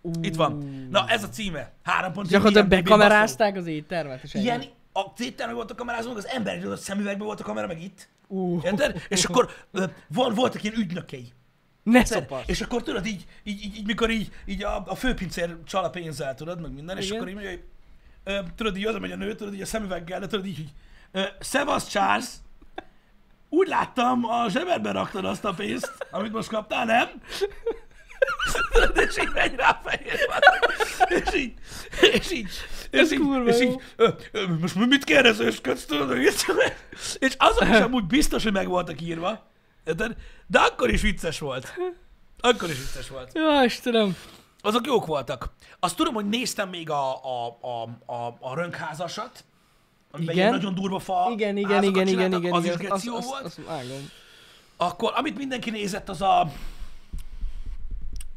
[SPEAKER 2] Ú,
[SPEAKER 1] Itt van. Na, ez a címe. Három pont.
[SPEAKER 2] Gyakorlatilag
[SPEAKER 1] IMDb
[SPEAKER 2] bekamerázták az éttermet, és
[SPEAKER 1] baszó. Ilyen,
[SPEAKER 2] ennyi.
[SPEAKER 1] a tétel meg volt a kamerázó, meg az ember is a szemüvegben volt a kamera, meg itt.
[SPEAKER 2] Ú, <laughs>
[SPEAKER 1] Érted? És akkor ö, van, voltak ilyen ügynökei.
[SPEAKER 2] ne
[SPEAKER 1] Szóval.
[SPEAKER 2] szopass.
[SPEAKER 1] És akkor tudod, így, így, így, így mikor így, így a, a főpincér csal a pénzzel, tudod, meg minden, és
[SPEAKER 2] Igen.
[SPEAKER 1] akkor így mondja, hogy ö, tudod, így oda megy a nő, tudod, így a szemüveggel, de tudod, így, így ö, Szevasz, Charles! Úgy láttam, a zsebedbe raktad azt a pénzt, amit most kaptál, nem? Tudod, és így megy rá a fehér vadon. és így, és így, és
[SPEAKER 2] Ez
[SPEAKER 1] így,
[SPEAKER 2] kurva
[SPEAKER 1] és
[SPEAKER 2] jó.
[SPEAKER 1] így ö, ö, most mit kérdezősködsz, tudod, hogy mit tudom én? és
[SPEAKER 2] <laughs>
[SPEAKER 1] azok is amúgy biztos, hogy meg voltak írva, érted? De akkor is vicces volt. Akkor is vicces volt.
[SPEAKER 2] Ja, Istenem.
[SPEAKER 1] Azok jók voltak. Azt tudom, hogy néztem még a, a, a, a, a rönkházasat, amiben
[SPEAKER 2] Igen.
[SPEAKER 1] igen. nagyon durva fa
[SPEAKER 2] Igen, igen,
[SPEAKER 1] házakat
[SPEAKER 2] igen, igen,
[SPEAKER 1] csináltak,
[SPEAKER 2] igen.
[SPEAKER 1] az
[SPEAKER 2] igen.
[SPEAKER 1] is geció
[SPEAKER 2] Azt-
[SPEAKER 1] volt.
[SPEAKER 2] Azt, azt vágom.
[SPEAKER 1] Akkor, amit mindenki nézett, az a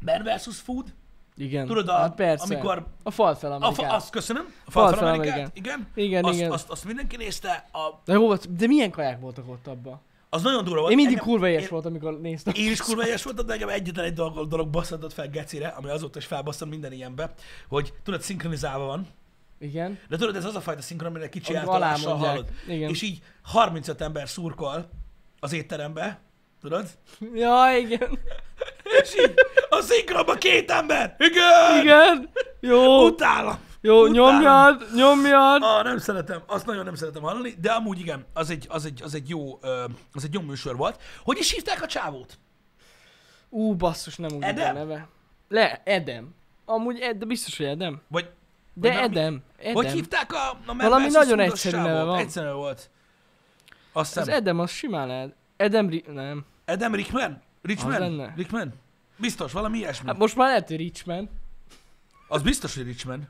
[SPEAKER 1] Man vs. Food.
[SPEAKER 2] Igen.
[SPEAKER 1] Tudod, a,
[SPEAKER 2] hát persze.
[SPEAKER 1] amikor
[SPEAKER 2] A fal fel
[SPEAKER 1] a fa,
[SPEAKER 2] Amerikát.
[SPEAKER 1] azt köszönöm, a Falfel
[SPEAKER 2] Falfel
[SPEAKER 1] Amerikát,
[SPEAKER 2] Amerikát.
[SPEAKER 1] igen.
[SPEAKER 2] Igen,
[SPEAKER 1] azt,
[SPEAKER 2] igen.
[SPEAKER 1] Azt, azt, mindenki nézte, a,
[SPEAKER 2] De jó volt, de milyen kaják voltak ott abban?
[SPEAKER 1] az nagyon durva volt.
[SPEAKER 2] Én mindig
[SPEAKER 1] Engem-
[SPEAKER 2] kurva éhes
[SPEAKER 1] én-
[SPEAKER 2] voltam, amikor néztem.
[SPEAKER 1] Én is kurva egyes voltam, de engem egyetlen egy dolog, dolog basszadott fel gecire, ami azóta is felbasszom minden ilyenbe, hogy tudod, szinkronizálva van.
[SPEAKER 2] Igen.
[SPEAKER 1] De tudod, ez az a fajta szinkron, aminek kicsi
[SPEAKER 2] Amikor alá
[SPEAKER 1] eltolással
[SPEAKER 2] mondják.
[SPEAKER 1] hallod.
[SPEAKER 2] Igen.
[SPEAKER 1] És így 35 ember szurkol az étterembe, tudod?
[SPEAKER 2] Ja, igen.
[SPEAKER 1] És így a szinkronban két ember! Igen!
[SPEAKER 2] Igen. Jó,
[SPEAKER 1] Utálom!
[SPEAKER 2] jó,
[SPEAKER 1] utálom.
[SPEAKER 2] nyomjad, nyomjad.
[SPEAKER 1] Ah, nem szeretem, azt nagyon nem szeretem hallani, de amúgy igen, az egy, az egy, az egy jó, ö, az egy jó műsor volt. Hogy is hívták a csávót?
[SPEAKER 2] Ú, basszus, nem úgy a
[SPEAKER 1] Edem?
[SPEAKER 2] neve. Le, Edem. Amúgy, Ed, de biztos, hogy Edem.
[SPEAKER 1] Vagy
[SPEAKER 2] De
[SPEAKER 1] valami-
[SPEAKER 2] Edem. Edem.
[SPEAKER 1] Hogy hívták a, a Man
[SPEAKER 2] Valami
[SPEAKER 1] vs.
[SPEAKER 2] nagyon
[SPEAKER 1] Foodos
[SPEAKER 2] egyszerű
[SPEAKER 1] csávót?
[SPEAKER 2] neve van.
[SPEAKER 1] Egyszerű volt. Azt
[SPEAKER 2] Az
[SPEAKER 1] hiszem. Ed-
[SPEAKER 2] Edem, az simán lehet. Edem, Ri- nem.
[SPEAKER 1] Adam Rickman? Richman?
[SPEAKER 2] lenne.
[SPEAKER 1] Rickman? Biztos, valami ilyesmi.
[SPEAKER 2] Hát most már lehet, hogy Richman.
[SPEAKER 1] Az biztos, hogy Richman.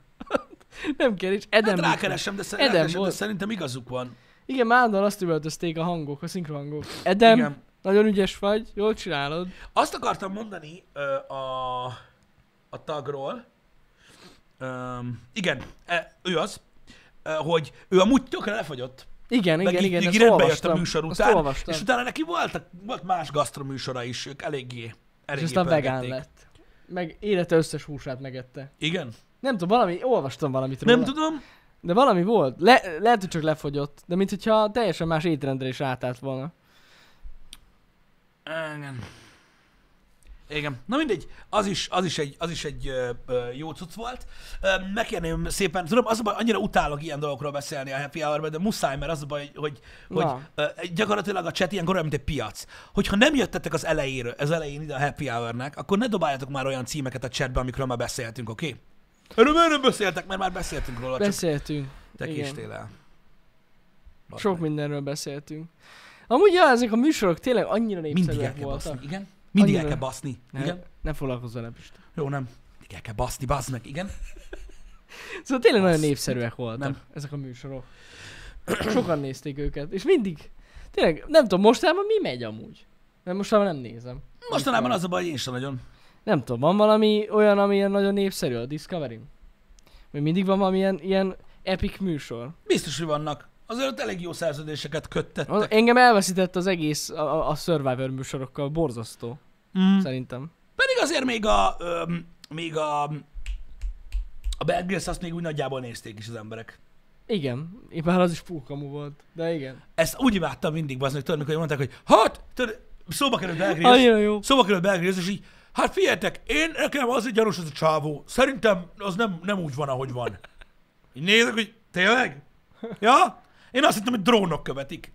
[SPEAKER 2] Nem kell, és Edem
[SPEAKER 1] Hát
[SPEAKER 2] Richman.
[SPEAKER 1] rákeresem, de,
[SPEAKER 2] Adam
[SPEAKER 1] szer- rákeresem, de
[SPEAKER 2] volt.
[SPEAKER 1] szerintem igazuk van.
[SPEAKER 2] Igen, már állandóan azt üvöltözték a hangok, a szinkrohangok. Edem,
[SPEAKER 1] Igen.
[SPEAKER 2] nagyon ügyes vagy, jól csinálod.
[SPEAKER 1] Azt akartam mondani ö, a, a tagról, ö, igen, e, ő az, ö, hogy ő amúgy tökre lefagyott,
[SPEAKER 2] Igen, igen,
[SPEAKER 1] meg
[SPEAKER 2] igen,
[SPEAKER 1] így,
[SPEAKER 2] ezt
[SPEAKER 1] így rendbe jött
[SPEAKER 2] olvastam.
[SPEAKER 1] a műsor
[SPEAKER 2] Azt
[SPEAKER 1] után,
[SPEAKER 2] olvastam.
[SPEAKER 1] és utána neki voltak, volt más gasztroműsora is, ők eléggé,
[SPEAKER 2] És
[SPEAKER 1] eléggé
[SPEAKER 2] aztán vegán
[SPEAKER 1] pörgették.
[SPEAKER 2] lett. Meg élete összes húsát megette.
[SPEAKER 1] Igen?
[SPEAKER 2] Nem tudom, valami, olvastam valamit róla.
[SPEAKER 1] Nem tudom,
[SPEAKER 2] De valami volt. Le, lehet, hogy csak lefogyott. De mint hogyha teljesen más étrendre is átállt volna.
[SPEAKER 1] Igen. Igen. Na mindegy, az is, az is egy, az is egy ö, ö, jó cucc volt. Ö, Megkérném szépen, tudom, az a baj, annyira utálok ilyen dolgokról beszélni a happy hour de muszáj, mert az a baj, hogy, hogy
[SPEAKER 2] Na.
[SPEAKER 1] ö, gyakorlatilag a chat ilyenkor olyan, mint egy piac. Hogyha nem jöttetek az elejéről, az elején ide a happy hour akkor ne dobáljatok már olyan címeket a chatbe, amikről már beszéltünk, oké? Okay? Erről miért nem beszéltek, mert már beszéltünk róla, csak
[SPEAKER 2] Beszéltünk.
[SPEAKER 1] te
[SPEAKER 2] igen.
[SPEAKER 1] késtél el. Bazd
[SPEAKER 2] Sok
[SPEAKER 1] meg.
[SPEAKER 2] mindenről beszéltünk. Amúgy ja, ezek a műsorok tényleg annyira
[SPEAKER 1] Mindig el
[SPEAKER 2] népszerűek
[SPEAKER 1] kell
[SPEAKER 2] voltak.
[SPEAKER 1] baszni, igen? Mindig el
[SPEAKER 2] Annyira.
[SPEAKER 1] kell baszni,
[SPEAKER 2] Ne,
[SPEAKER 1] igen?
[SPEAKER 2] ne foglalkozz vele, Pista.
[SPEAKER 1] Jó, nem. Mindig el kell baszni, bassz meg, igen?
[SPEAKER 2] Szóval tényleg nagyon
[SPEAKER 1] Azt-
[SPEAKER 2] népszerűek voltak
[SPEAKER 1] nem.
[SPEAKER 2] nem. ezek a műsorok. <clears throat> Sokan nézték őket, és mindig. Tényleg, nem tudom, mostában mi megy amúgy? Mert mostában nem nézem.
[SPEAKER 1] Mostanában az a baj, hogy én sem nagyon.
[SPEAKER 2] Nem tudom, van valami olyan, ami ilyen nagyon népszerű a discovery Még mindig van valami ilyen, ilyen epic műsor.
[SPEAKER 1] Biztos, hogy vannak. Azért elég jó szerződéseket köttettek.
[SPEAKER 2] Az, engem elveszített az egész a, a- a Survivor műsorokkal, borzasztó,
[SPEAKER 1] Mm.
[SPEAKER 2] szerintem.
[SPEAKER 1] Pedig azért még a, öm, még a, a Bad Grylls azt még úgy nagyjából nézték is az emberek.
[SPEAKER 2] Igen, én már az is fúkamú volt, de igen.
[SPEAKER 1] Ezt úgy imádtam mindig, bazd meg, tudod, mikor mondták, hogy hát, tudod, szóba került Bad Grylls,
[SPEAKER 2] Annyira jó.
[SPEAKER 1] szóba került Bad Grylls, és így, hát figyeljetek, én nekem az egy gyanús az a csávó. Szerintem az nem, nem úgy van, ahogy van. Így nézek, hogy tényleg? Ja? Én azt hittem, hogy drónok követik.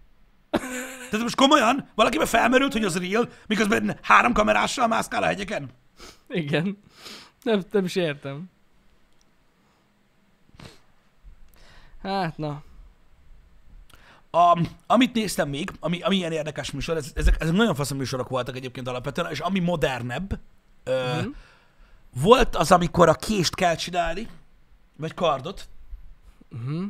[SPEAKER 1] Tehát most komolyan, valakiben felmerült, hogy az real, miközben három kamerással mászkál a hegyeken?
[SPEAKER 2] Igen. Nem, nem is értem. Hát na.
[SPEAKER 1] A, amit néztem még, ami, ami ilyen érdekes műsor, ez, ezek, ezek nagyon faszom műsorok voltak egyébként alapvetően, és ami modernebb, ö,
[SPEAKER 2] Mhm.
[SPEAKER 1] volt az, amikor a kést kell csinálni, vagy kardot,
[SPEAKER 2] Uh-huh.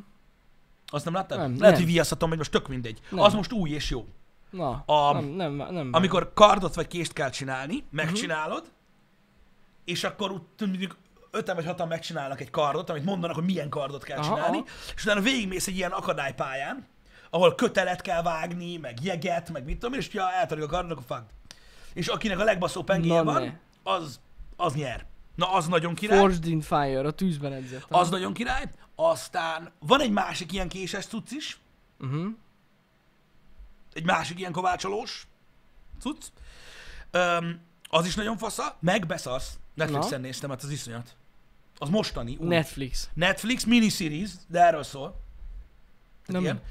[SPEAKER 1] azt nem láttad?
[SPEAKER 2] Nem,
[SPEAKER 1] Lehet,
[SPEAKER 2] nem.
[SPEAKER 1] hogy viaszhatom, hogy most tök mindegy.
[SPEAKER 2] Nem.
[SPEAKER 1] Az most új és jó.
[SPEAKER 2] Na,
[SPEAKER 1] A-
[SPEAKER 2] a... nem, nem, nem.
[SPEAKER 1] Amikor kardot vagy kést kell csinálni, megcsinálod,
[SPEAKER 2] Mhm.
[SPEAKER 1] és akkor úgy tudod, mondjuk öten vagy hatan megcsinálnak egy kardot, amit mondanak, hogy milyen kardot kell
[SPEAKER 2] Aha,
[SPEAKER 1] csinálni,
[SPEAKER 2] aha.
[SPEAKER 1] és utána végigmész egy ilyen akadálypályán, ahol kötelet kell vágni, meg jeget, meg mit tudom én, és ha eltarjuk a kardot, akkor fagd. És akinek a legbaszó pengéje
[SPEAKER 2] Na
[SPEAKER 1] van, az, az nyer. Na, az nagyon király.
[SPEAKER 2] Forged in Fire, a tűzben edzett.
[SPEAKER 1] Az nagyon király. Aztán van egy másik ilyen késes cucc is.
[SPEAKER 2] Uh-huh.
[SPEAKER 1] egy másik ilyen kovácsolós cucc. Öm, az is nagyon fasza, meg beszarsz. Netflixen Na. néztem, hát az iszonyat. Az mostani. Új. Net-
[SPEAKER 2] Netflix.
[SPEAKER 1] Netflix miniseries, de erről szól.
[SPEAKER 2] Nem.
[SPEAKER 1] Hát Igen.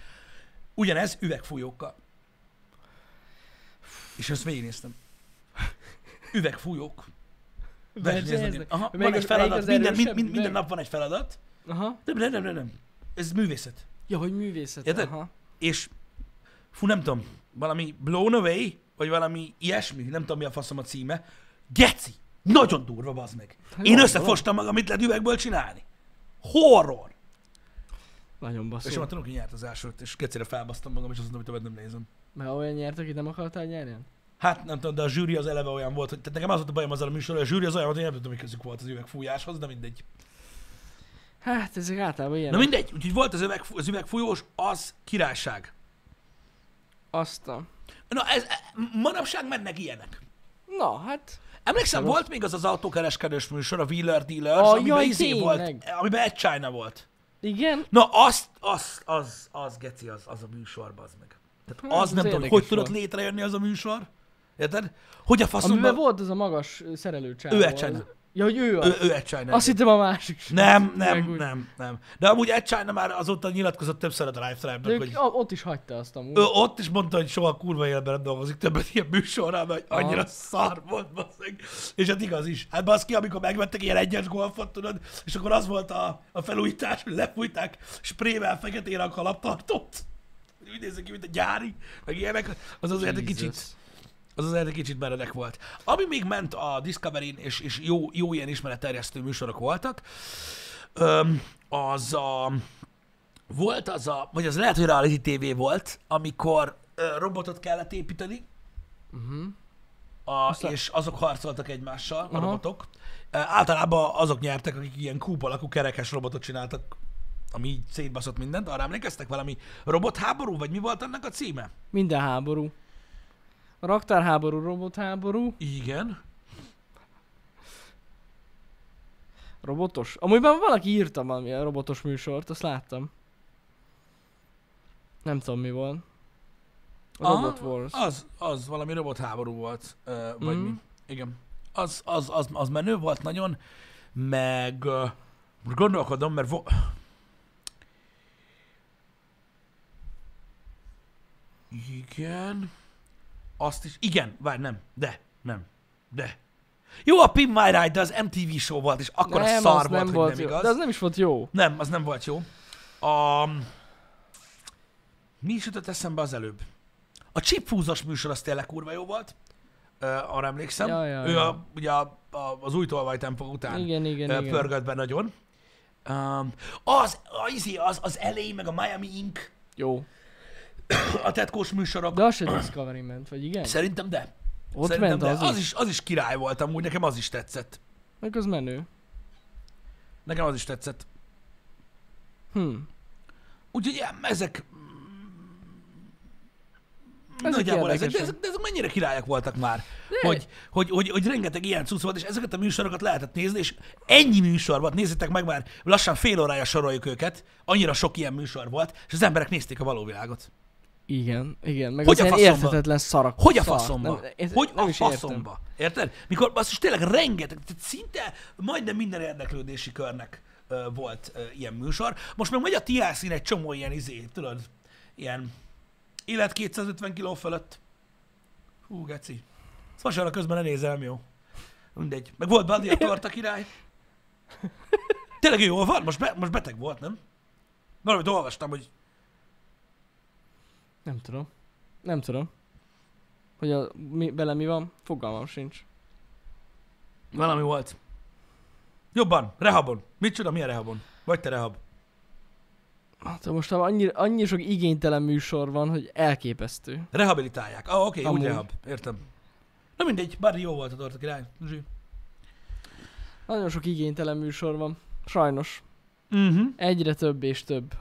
[SPEAKER 1] Ugyanez üvegfújókkal. És ezt végignéztem. Üvegfújók. Versenyeznek.
[SPEAKER 2] Versenyeznek?
[SPEAKER 1] Aha, van
[SPEAKER 2] Melyik
[SPEAKER 1] egy
[SPEAKER 2] az- melyik
[SPEAKER 1] feladat.
[SPEAKER 2] az
[SPEAKER 1] Minden, mind,
[SPEAKER 2] erősebb?
[SPEAKER 1] mind, minden
[SPEAKER 2] Melyik?
[SPEAKER 1] nap van egy feladat.
[SPEAKER 2] Aha.
[SPEAKER 1] Nem, nem, nem, nem, nem. Ez művészet.
[SPEAKER 2] Ja, hogy művészet.
[SPEAKER 1] Érted?
[SPEAKER 2] Aha.
[SPEAKER 1] és fú, nem tudom, valami Blown Away, vagy valami ilyesmi, nem tudom mi a faszom a címe. Geci! Nagyon durva, bazd meg. Én
[SPEAKER 2] Jó,
[SPEAKER 1] összefostam magam, mit lehet üvegből csinálni. Horror!
[SPEAKER 2] Nagyon
[SPEAKER 1] És én
[SPEAKER 2] baszó.
[SPEAKER 1] már tudom, ki nyert az elsőt, és kecére felbasztam magam, és azt mondom, hogy többet nem nézem.
[SPEAKER 2] Mert olyan nyert, akit nem akartál nyerni?
[SPEAKER 1] Hát nem tudom, de a zsűri az eleve olyan volt, hogy tehát nekem az volt a bajom azzal a műsorral, hogy a zsűri az olyan volt, hogy én nem tudom, hogy közük volt az üvegfújáshoz, de mindegy.
[SPEAKER 2] Hát, ezek általában ilyen.
[SPEAKER 1] Na mindegy, úgyhogy volt az, üveg, az üvegfújós, az királyság.
[SPEAKER 2] Azt a...
[SPEAKER 1] Na ez, e, manapság mennek ilyenek.
[SPEAKER 2] Na, hát...
[SPEAKER 1] Emlékszem,
[SPEAKER 2] Szabad.
[SPEAKER 1] volt még az az autókereskedős műsor, a Wheeler Dealers,
[SPEAKER 2] Ah,
[SPEAKER 1] amiben
[SPEAKER 2] jaj,
[SPEAKER 1] izé volt,
[SPEAKER 2] tényleg.
[SPEAKER 1] amiben egy China volt.
[SPEAKER 2] Igen?
[SPEAKER 1] Na, az, az, az, az, geci, az, az a műsor, az meg.
[SPEAKER 2] Hát,
[SPEAKER 1] Tehát az
[SPEAKER 2] ez
[SPEAKER 1] nem tudom, hogy
[SPEAKER 2] érdekes
[SPEAKER 1] hogy tudott
[SPEAKER 2] volt.
[SPEAKER 1] létrejönni az a műsor. Érted? Hogy a
[SPEAKER 2] Amiben
[SPEAKER 1] faszomban...
[SPEAKER 2] volt az a magas ö, szerelő csávó.
[SPEAKER 1] Szóval- Ő
[SPEAKER 2] az-
[SPEAKER 1] egy China.
[SPEAKER 2] Ja, hogy ő az.
[SPEAKER 1] Ő, ő egy China.
[SPEAKER 2] Azt hittem a másik. srác.
[SPEAKER 1] Nem, nem,
[SPEAKER 2] Meg úgy.
[SPEAKER 1] nem, nem. De amúgy egy China már azóta nyilatkozott többször a
[SPEAKER 2] De
[SPEAKER 1] Lifetime-nak,
[SPEAKER 2] ők,
[SPEAKER 1] hogy
[SPEAKER 2] a- ott is hagyta azt amúgy.
[SPEAKER 1] ő ott is mondta, hogy soha kurva életben nem dolgozik többet ilyen műsorral, mert hogy annyira
[SPEAKER 2] Aha.
[SPEAKER 1] szar volt, basszeg. És hát igaz is. Hát baszki, amikor megvettek ilyen egyes golfot, tudod, és akkor az volt a, a felújítás, hogy lefújták sprével feketére a kalaptartót. Úgy nézek ki, mint a gyári, meg ilyenek. Az azért hát egy
[SPEAKER 2] Jesus.
[SPEAKER 1] kicsit, az azért egy kicsit meredek volt. Ami még ment a Discovery-n, és, és jó, jó ilyen ismeretterjesztő műsorok voltak, öm, az a... Volt az a... Vagy az lehet, hogy reality TV volt, amikor ö, robotot kellett építeni,
[SPEAKER 2] Mhm.
[SPEAKER 1] a,
[SPEAKER 2] le-
[SPEAKER 1] és azok harcoltak egymással, a
[SPEAKER 2] Aha.
[SPEAKER 1] robotok. Ö, Általában azok nyertek, akik ilyen kúp alakú kerekes robotot csináltak, ami így szétbaszott mindent. Arra emlékeztek valami robotháború, vagy mi volt annak a címe?
[SPEAKER 2] Minden háború. A raktárháború, robotháború,
[SPEAKER 1] Igen.
[SPEAKER 2] robotos. Amúgy már valaki írta valami ilyen robotos műsort, azt láttam. Nem tudom mi volt. A Robot
[SPEAKER 1] Aha, Ah,
[SPEAKER 2] Wars.
[SPEAKER 1] Az, az valami robotháború volt, ö, vagy
[SPEAKER 2] Mhm.
[SPEAKER 1] mi. Igen. az, az, az, az menő volt nagyon, meg ö, most gondolkodom, mert vo- Igen. Azt is. Igen, várj, nem. De, nem. De. Jó, a Pin My Ride, de az MTV show volt, és akkor nem, a szar volt, nem hogy volt nem
[SPEAKER 2] jó.
[SPEAKER 1] igaz.
[SPEAKER 2] De az nem is volt jó.
[SPEAKER 1] Nem, az nem volt jó. A... Mi is jutott eszembe az előbb? A csipfúzas műsor az tényleg kurva jó volt. Ö, arra emlékszem.
[SPEAKER 2] Ja, ja,
[SPEAKER 1] ő
[SPEAKER 2] ja.
[SPEAKER 1] A, ugye a, a, az új tolvajtempó után
[SPEAKER 2] Igen, igen,
[SPEAKER 1] ö,
[SPEAKER 2] igen.
[SPEAKER 1] pörgött be nagyon. Um, az, az, az, az LA, meg a Miami Ink,
[SPEAKER 2] Jó.
[SPEAKER 1] a tetkós műsorok.
[SPEAKER 2] De az se Discovery ment, vagy igen?
[SPEAKER 1] Szerintem de.
[SPEAKER 2] Ott
[SPEAKER 1] Szerintem
[SPEAKER 2] ment
[SPEAKER 1] de.
[SPEAKER 2] az,
[SPEAKER 1] az
[SPEAKER 2] is.
[SPEAKER 1] is. Az is király volt amúgy, nekem az is tetszett.
[SPEAKER 2] Meg az menő.
[SPEAKER 1] Nekem az is tetszett.
[SPEAKER 2] Hm.
[SPEAKER 1] Úgyhogy em, ezek...
[SPEAKER 2] Ezek
[SPEAKER 1] Ezek Nagyjából ezek, de
[SPEAKER 2] érdekesek.
[SPEAKER 1] ezek, de ezek mennyire királyak voltak már,
[SPEAKER 2] De-
[SPEAKER 1] hogy, hogy, hogy, hogy rengeteg ilyen cucc volt, és ezeket a műsorokat lehetett nézni, és ennyi műsor volt, nézzétek meg már, lassan fél órája soroljuk őket, annyira sok ilyen műsor volt, és az emberek nézték a való világot.
[SPEAKER 2] Igen, igen. Meg
[SPEAKER 1] Hogy
[SPEAKER 2] hogy
[SPEAKER 1] a
[SPEAKER 2] az ilyen
[SPEAKER 1] faszomba?
[SPEAKER 2] érthetetlen szarak.
[SPEAKER 1] Hogy a
[SPEAKER 2] szar.
[SPEAKER 1] faszomba?
[SPEAKER 2] Nem, ez-
[SPEAKER 1] hogy
[SPEAKER 2] nem
[SPEAKER 1] a
[SPEAKER 2] is értem.
[SPEAKER 1] faszomba? Érted? Mikor azt is tényleg rengeteg, tehát szinte majdnem minden érdeklődési körnek ö, volt ö, ilyen műsor. Most meg megy a TLC-n egy csomó ilyen izé, tudod, ilyen élet 250 kiló fölött. Hú, geci. Ezt vasárnap közben ne nézem, jó. Mindegy. Meg volt Bandi a torta király. Tényleg ő jól van? Most, be, most beteg volt, nem? Valamit olvastam, hogy
[SPEAKER 2] Nem tudom. Nem tudom. Hogy a, mi, bele mi van? Fogalmam sincs.
[SPEAKER 1] Valami volt. Jobban, rehabon. Mit csoda, milyen rehabon? Vagy te rehab?
[SPEAKER 2] Hát most már annyi, annyi sok igénytelen műsor van, hogy elképesztő.
[SPEAKER 1] Rehabilitálják. Ah, oké, okay, úgy
[SPEAKER 2] Amúgy.
[SPEAKER 1] rehab. Értem. Na mindegy, bár jó volt a torta király. Zsű.
[SPEAKER 2] Nagyon sok igénytelen műsor van. Sajnos. Mhm.
[SPEAKER 1] Uh-huh.
[SPEAKER 2] Egyre több és több.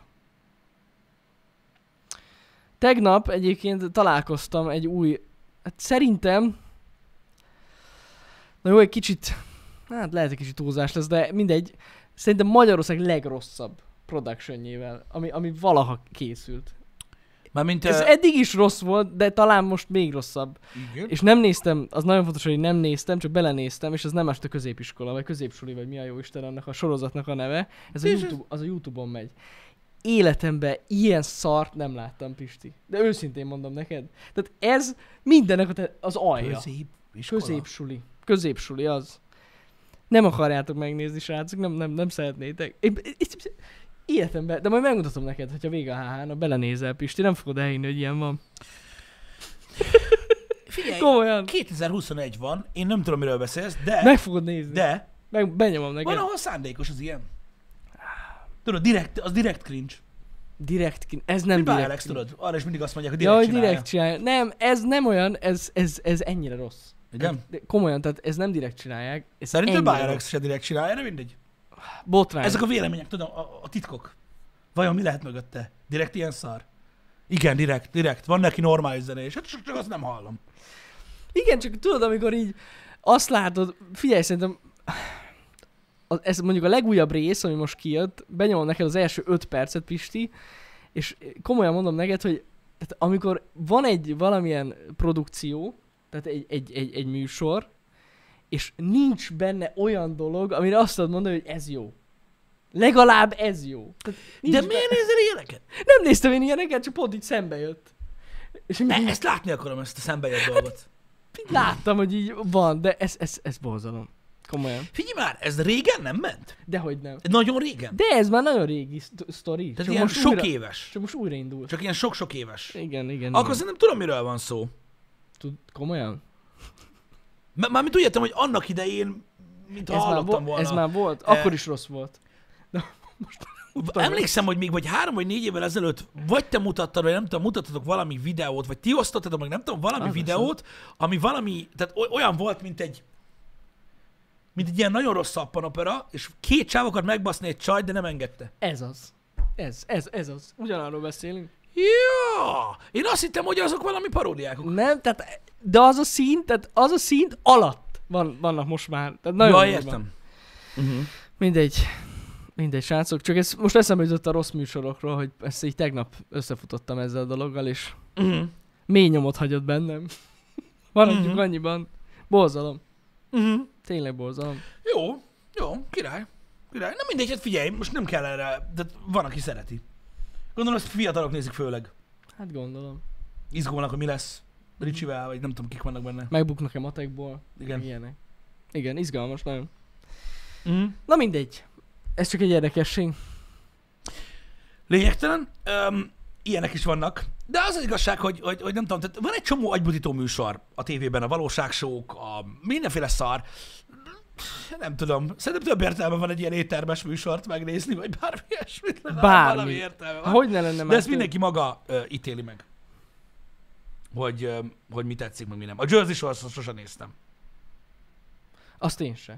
[SPEAKER 2] Tegnap egyébként találkoztam egy új, hát szerintem, na jó, egy kicsit, hát lehet egy kicsit túlzás lesz, de mindegy, szerintem Magyarország legrosszabb productionjével, ami, ami valaha készült.
[SPEAKER 1] Mármint...
[SPEAKER 2] Ez
[SPEAKER 1] ö,
[SPEAKER 2] eddig is rossz volt, de talán most még rosszabb.
[SPEAKER 1] igen.
[SPEAKER 2] És nem néztem, az nagyon fontos, hogy nem néztem, csak belenéztem, és ez nem este középiskola, vagy középsuli, vagy mi a jó Isten annak a sorozatnak a neve. Ez a,
[SPEAKER 1] És ez-
[SPEAKER 2] YouTube, az a Youtube-on megy. Életemben ilyen szart nem láttam, Pisti. De őszintén mondom neked. Tehát ez mindennek a te- az alja.
[SPEAKER 1] Közép. iskola.
[SPEAKER 2] Középsuli. Középsuli az. Nem akarjátok megnézni, srácok, nem, nem, nem szeretnétek. Én- én- én- Életemben, de majd megmutatom neked, hogyha vége a HH-nak, belenézel, Pisti, nem fogod elhinni, hogy ilyen van.
[SPEAKER 1] Figyelj,
[SPEAKER 2] Komolyan.
[SPEAKER 1] 2021 van, én nem tudom, miről beszélsz, de...
[SPEAKER 2] Meg fogod nézni.
[SPEAKER 1] De...
[SPEAKER 2] Meg, benyomom neked.
[SPEAKER 1] Van, ahol szándékos az ilyen. Tudod, direkt, az direkt cringe.
[SPEAKER 2] Direkt kin. Ez nem
[SPEAKER 1] Mint
[SPEAKER 2] direkt
[SPEAKER 1] Alex,
[SPEAKER 2] kin.
[SPEAKER 1] tudod, arra is mindig azt mondják, hogy
[SPEAKER 2] Ja,
[SPEAKER 1] direkt
[SPEAKER 2] hogy
[SPEAKER 1] csinálja.
[SPEAKER 2] direkt csinálja. Nem, ez nem olyan, ez, ez, ez ennyire rossz.
[SPEAKER 1] Igen?
[SPEAKER 2] De komolyan, tehát ez nem direkt csinálják. Ez
[SPEAKER 1] Szerintem
[SPEAKER 2] ennyire
[SPEAKER 1] Alex
[SPEAKER 2] rossz.
[SPEAKER 1] se direkt csinálja, de mindegy.
[SPEAKER 2] Botrány.
[SPEAKER 1] Ezek a vélemények, tudom, a, a titkok. Vajon mi lehet mögötte? Direkt ilyen szar? Igen, direkt, direkt. Van neki normális zenés. Hát csak, csak azt nem hallom.
[SPEAKER 2] Igen, csak tudod, amikor így azt látod, figyelj, szerintem a- ez mondjuk a legújabb rész, ami most kijött, benyomom neked az első 5 percet, Pisti, és komolyan mondom neked, hogy tehát amikor van egy valamilyen produkció, tehát egy, egy, egy, egy műsor, és nincs benne olyan dolog, amire azt tudod mondani, hogy ez jó. Legalább ez jó. Tehát nincs
[SPEAKER 1] De
[SPEAKER 2] be-
[SPEAKER 1] miért nézel ilyeneket?
[SPEAKER 2] Nem néztem én ilyeneket, csak pont így szembe jött. És így
[SPEAKER 1] Ne, ezt látni akarom, ezt a szembejött
[SPEAKER 2] Hát-
[SPEAKER 1] dolgot.
[SPEAKER 2] láttam, hogy így van, de ez, ez, ez borzalom. Komolyan.
[SPEAKER 1] Figyelj már, ez régen nem ment?
[SPEAKER 2] Dehogy nem.
[SPEAKER 1] Nagyon régen.
[SPEAKER 2] De ez már nagyon régi szt- sztori.
[SPEAKER 1] Tehát ilyen
[SPEAKER 2] most
[SPEAKER 1] sok
[SPEAKER 2] újra,
[SPEAKER 1] éves.
[SPEAKER 2] Csak most újraindult.
[SPEAKER 1] Csak ilyen sok-sok éves.
[SPEAKER 2] Igen, igen.
[SPEAKER 1] Akkor
[SPEAKER 2] igen.
[SPEAKER 1] szerintem tudom, miről van szó.
[SPEAKER 2] Tud, komolyan?
[SPEAKER 1] M- Mármint úgy értem, hogy annak idején, mint ha
[SPEAKER 2] már,
[SPEAKER 1] hallottam
[SPEAKER 2] vo-
[SPEAKER 1] volna.
[SPEAKER 2] ez már volt?
[SPEAKER 1] Eh,
[SPEAKER 2] Akkor is rossz volt. tudom.
[SPEAKER 1] Emlékszem, hogy még vagy három vagy négy évvel ezelőtt vagy te mutattad, vagy nem tudom, mutattatok valami videót, vagy ti osztottatok meg, nem tudom, valami
[SPEAKER 2] Az lesz,
[SPEAKER 1] videót, ami valami, tehát oly- olyan volt, mint egy mint egy ilyen nagyon rossz szappanopera, és két csávokat megbaszni egy csaj, de nem engedte.
[SPEAKER 2] Ez az. Ez, ez, ez az. Ugyanarról beszélünk.
[SPEAKER 1] Ja! Én azt hittem, hogy azok valami paródiák.
[SPEAKER 2] Nem, tehát, de az a szint, tehát az a szint alatt van, vannak most már. Tehát nagyon
[SPEAKER 1] Ja,
[SPEAKER 2] durva.
[SPEAKER 1] értem.
[SPEAKER 2] Mindegy. Mindegy, srácok. Csak ez most eszembe jutott a rossz műsorokról, hogy ezt így tegnap összefutottam ezzel a dologgal, és
[SPEAKER 1] Uh-huh.
[SPEAKER 2] mély nyomot hagyott bennem. <laughs> Maradjunk
[SPEAKER 1] Mhm.
[SPEAKER 2] annyiban. Borzalom. Uh-huh. Tényleg borzalom.
[SPEAKER 1] Jó, jó, király. Király. Na mindegy, hát figyelj, most nem kell erre, de van, aki szereti. Gondolom, ezt fiatalok nézik főleg.
[SPEAKER 2] Hát gondolom.
[SPEAKER 1] Izgulnak, hogy mi lesz Ricsivel, vagy nem tudom, kik vannak benne.
[SPEAKER 2] Megbuknak-e matekból?
[SPEAKER 1] Igen.
[SPEAKER 2] meg Ilyenek. Igen, izgalmas nagyon.
[SPEAKER 1] Mm.
[SPEAKER 2] Na mindegy. Ez csak egy érdekesség.
[SPEAKER 1] Lényegtelen, öm, ilyenek is vannak. De az az igazság, hogy, hogy, hogy nem tudom, tehát van egy csomó agybudító műsor a tévében, a valóságsók, a mindenféle szar. Nem tudom, szerintem több értelme van egy ilyen éttermes műsort megnézni, vagy bármi ilyesmit. legalább
[SPEAKER 2] Bármi.
[SPEAKER 1] Valami értelme
[SPEAKER 2] Há,
[SPEAKER 1] van.
[SPEAKER 2] hogy ne lenne
[SPEAKER 1] De ezt mindenki maga ö, ítéli meg. Hogy, ö, hogy mi tetszik, meg mi nem. A Jersey Shore sosem néztem.
[SPEAKER 2] Azt én se.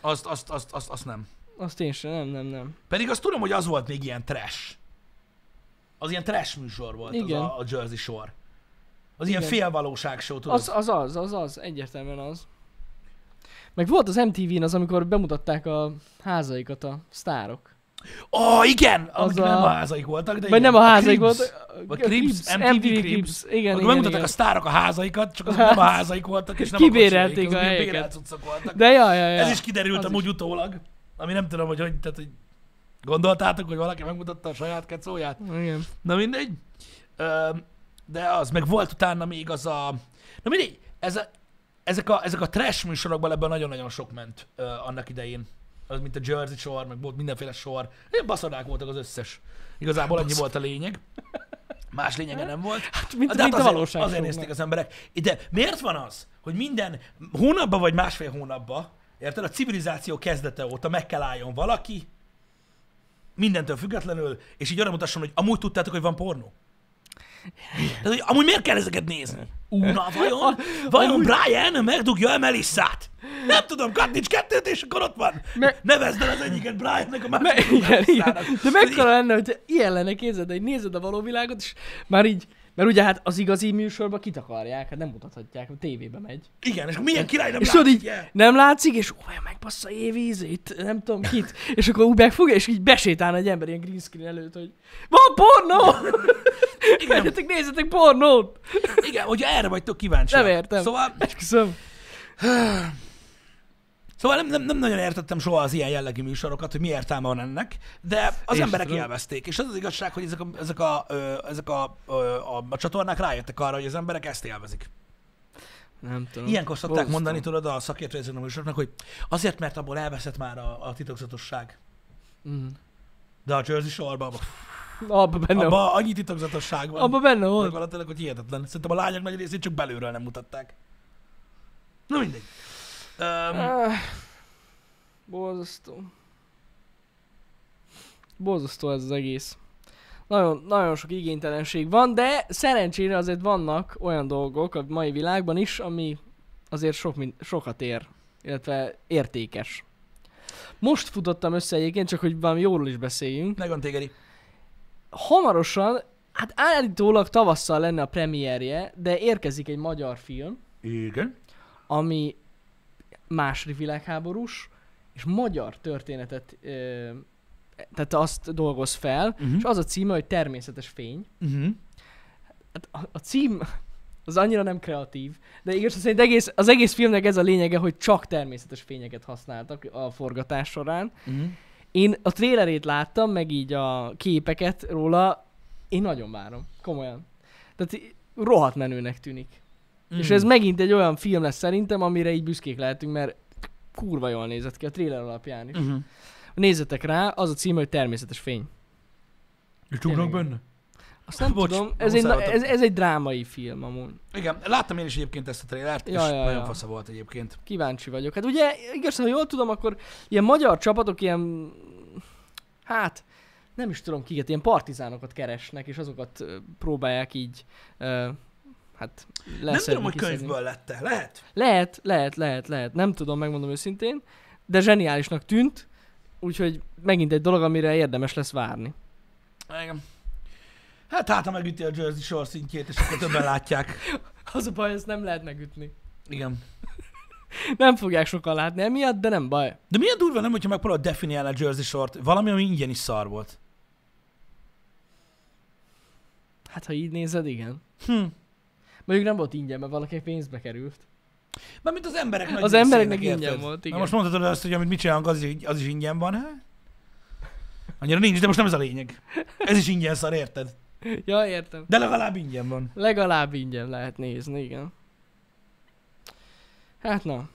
[SPEAKER 1] Azt, azt, azt, azt, azt nem.
[SPEAKER 2] Azt én se, nem, nem, nem.
[SPEAKER 1] Pedig azt tudom, hogy az volt még ilyen trash. Az ilyen trash műsor volt
[SPEAKER 2] Igen.
[SPEAKER 1] Igen. az a, a Jersey Shore. Az ilyen
[SPEAKER 2] Igen.
[SPEAKER 1] félvalóság show, tudod?
[SPEAKER 2] Az,
[SPEAKER 1] Az...
[SPEAKER 2] az az, az az, egyértelműen az. Meg volt az MTV-n az, amikor bemutatták a házaikat a sztárok.
[SPEAKER 1] Ó, igen! Az
[SPEAKER 2] a-
[SPEAKER 1] a... nem a házaik voltak, de
[SPEAKER 2] Vagy
[SPEAKER 1] igen.
[SPEAKER 2] nem a házaik
[SPEAKER 1] Cribs.
[SPEAKER 2] volt.
[SPEAKER 1] A Cribs, MTV Cribs.
[SPEAKER 2] Igen,
[SPEAKER 1] Akkor
[SPEAKER 2] igen,
[SPEAKER 1] megmutatták
[SPEAKER 2] igen. Hát
[SPEAKER 1] a sztárok a házaikat, csak azok nem a házaik voltak, és nem
[SPEAKER 2] Kibérelték
[SPEAKER 1] a kocsiaik,
[SPEAKER 2] a
[SPEAKER 1] azok ilyen
[SPEAKER 2] helyeket.
[SPEAKER 1] bérelt cuccok voltak.
[SPEAKER 2] De ja, ja, ja.
[SPEAKER 1] Ez is kiderült
[SPEAKER 2] az
[SPEAKER 1] az amúgy is. utólag, ami nem tudom, hogy hogy, tehát, hogy gondoltátok, hogy valaki megmutatta a saját kecóját.
[SPEAKER 2] Igen.
[SPEAKER 1] Na mindegy. Ö, de az, meg volt utána még az a... Na mindegy, ez a, ezek, a, ezek a trash műsorokban ebben nagyon-nagyon sok ment ö, annak idején. Az, mint a Jersey sor, meg volt mindenféle sor. Ilyen baszadák voltak az összes. Igazából annyi volt a lényeg. Más lényege nem volt.
[SPEAKER 2] Hát, mint,
[SPEAKER 1] De hát
[SPEAKER 2] mint a
[SPEAKER 1] azért-
[SPEAKER 2] valóság.
[SPEAKER 1] Azért nézték az emberek. De miért van az, hogy minden hónapban vagy másfél hónapban, érted, a civilizáció kezdete óta meg kell álljon valaki, mindentől függetlenül, és így arra mutasson, hogy amúgy tudtátok, hogy van pornó? Tehát, hogy amúgy miért kell ezeket nézni?
[SPEAKER 2] <laughs>
[SPEAKER 1] Úna, vajon? Vajon Brian megdugja el Melissát? Nem tudom, kattints kettőt, és akkor ott van.
[SPEAKER 2] Me-
[SPEAKER 1] Nevezd el az egyiket Briannek, a
[SPEAKER 2] Me-
[SPEAKER 1] másikat
[SPEAKER 2] igen, igen.
[SPEAKER 1] Melissának.
[SPEAKER 2] De mekkora lenne, hogy ilyen lenne, képzeld, hogy nézed a való világot, és már így, mert ugye hát az igazi műsorban kitakarják, hát nem mutathatják, a tévébe megy.
[SPEAKER 1] Igen, és akkor milyen király nem
[SPEAKER 2] És tudod így,
[SPEAKER 1] látja?
[SPEAKER 2] nem látszik, és ó, megbassza évízét, nem tudom kit, és akkor úgy megfogja, és így besétál egy ember ilyen green screen előtt, hogy van pornó!
[SPEAKER 1] Igen,
[SPEAKER 2] Menjetek, nézzetek pornót!
[SPEAKER 1] igen, hogy erre vagytok kíváncsiak.
[SPEAKER 2] Nem értem.
[SPEAKER 1] Szóval
[SPEAKER 2] Esküszöm.
[SPEAKER 1] Szóval nem, nem, nem nagyon értettem soha az ilyen jellegű műsorokat, hogy mi értelme van ennek, de az
[SPEAKER 2] Én
[SPEAKER 1] Én
[SPEAKER 2] sem
[SPEAKER 1] emberek
[SPEAKER 2] tudom.
[SPEAKER 1] élvezték. És az az igazság, hogy ezek a, ezek a, ö, ezek a, ö, a, a csatornák rájöttek arra, hogy az emberek ezt élvezik.
[SPEAKER 2] Nem tudom.
[SPEAKER 1] Ilyenkor szokták
[SPEAKER 2] Hm. Borzasztó.
[SPEAKER 1] mondani, tudod, a szakértői ezeknek a műsoroknak, hogy azért, mert abból elveszett már a, a titokzatosság.
[SPEAKER 2] Mm.
[SPEAKER 1] De a Jersey Shore-ban
[SPEAKER 2] Abba benne, abba,
[SPEAKER 1] abba annyi titokzatosság van.
[SPEAKER 2] abba benne volt.
[SPEAKER 1] Gyakorlatilag, hogy hihetetlen. Szerintem a lányok nagy részét csak belülről nem mutatták. Na mindegy. Um,
[SPEAKER 2] Ah, Borzasztó. Borzasztó ez az egész. Nagyon, nagyon sok igénytelenség van, de szerencsére azért vannak olyan dolgok a mai világban is, ami azért sok, min- sokat ér, illetve értékes. Most futottam össze egyébként, csak hogy valami jóról is beszéljünk.
[SPEAKER 1] megvan tégeri.
[SPEAKER 2] Hamarosan, hát állítólag tavasszal lenne a premierje, de érkezik egy magyar film,
[SPEAKER 1] Igen.
[SPEAKER 2] ami második világháborús, és magyar történetet, ö, tehát azt dolgoz fel,
[SPEAKER 1] Mhm.
[SPEAKER 2] és az a címe, hogy Természetes fény.
[SPEAKER 1] Uh-huh.
[SPEAKER 2] Hát a, a cím az annyira nem kreatív, de igazság szerint egész, az egész filmnek ez a lényege, hogy csak természetes fényeket használtak a forgatás során.
[SPEAKER 1] Uh-huh.
[SPEAKER 2] Én a trélerét láttam, meg így a képeket róla, én nagyon várom, komolyan. Tehát í- rohadt menőnek tűnik.
[SPEAKER 1] Mhm.
[SPEAKER 2] Mm. És ez megint egy olyan film lesz szerintem, amire így büszkék lehetünk, mert kurva jól nézett ki a trailer alapján is. Mm.
[SPEAKER 1] Uh-huh.
[SPEAKER 2] Nézzetek rá, az a címe, hogy Természetes fény.
[SPEAKER 1] És
[SPEAKER 2] Tényleg.
[SPEAKER 1] ugrok benne?
[SPEAKER 2] Azt nem
[SPEAKER 1] <laughs> Bocs,
[SPEAKER 2] tudom,
[SPEAKER 1] nem
[SPEAKER 2] ez egy, na-
[SPEAKER 1] hozzáadtam.
[SPEAKER 2] ez, ez egy drámai film amúgy.
[SPEAKER 1] Igen, láttam én is egyébként ezt a trélert,
[SPEAKER 2] Ja,
[SPEAKER 1] és
[SPEAKER 2] ja,
[SPEAKER 1] nagyon
[SPEAKER 2] ja.
[SPEAKER 1] fasza volt egyébként.
[SPEAKER 2] Kíváncsi vagyok. Hát ugye, igazán, ha jól tudom, akkor ilyen magyar csapatok ilyen, hát nem is tudom kiket, ilyen partizánokat keresnek, és azokat ö, próbálják így, ö, hát leszedni,
[SPEAKER 1] nem tudom, hogy
[SPEAKER 2] kiszedni.
[SPEAKER 1] könyvből lette. Lehet?
[SPEAKER 2] Lehet, lehet, lehet, lehet. Nem tudom, megmondom őszintén, de zseniálisnak tűnt, úgyhogy megint egy dolog, amire érdemes lesz várni.
[SPEAKER 1] Igen. Hát hát, ha megüti a Jersey Shore szintjét, és akkor többen látják.
[SPEAKER 2] Az a baj, ezt nem lehet megütni.
[SPEAKER 1] <laughs> Igen.
[SPEAKER 2] Nem fogják sokan látni emiatt, de nem baj.
[SPEAKER 1] De milyen durva nem, hogyha megpróbálod definiálni a Jersey Shore-t? Valami, ami ingyen is szar volt.
[SPEAKER 2] Hát, ha így nézed, igen.
[SPEAKER 1] Hm.
[SPEAKER 2] Mondjuk nem volt ingyen, mert valaki pénzbe került.
[SPEAKER 1] Mert mint az emberek
[SPEAKER 2] Az
[SPEAKER 1] nagy részének,
[SPEAKER 2] embereknek
[SPEAKER 1] érted?
[SPEAKER 2] ingyen volt,
[SPEAKER 1] Na
[SPEAKER 2] igen.
[SPEAKER 1] most mondhatod azt, hogy amit mit csinálunk, az, is- az is ingyen van, hát? Annyira nincs, de most nem ez a lényeg. Ez is ingyen szar, érted?
[SPEAKER 2] Ja, értem.
[SPEAKER 1] De legalább ingyen van.
[SPEAKER 2] Legalább ingyen lehet nézni, igen. Hát na.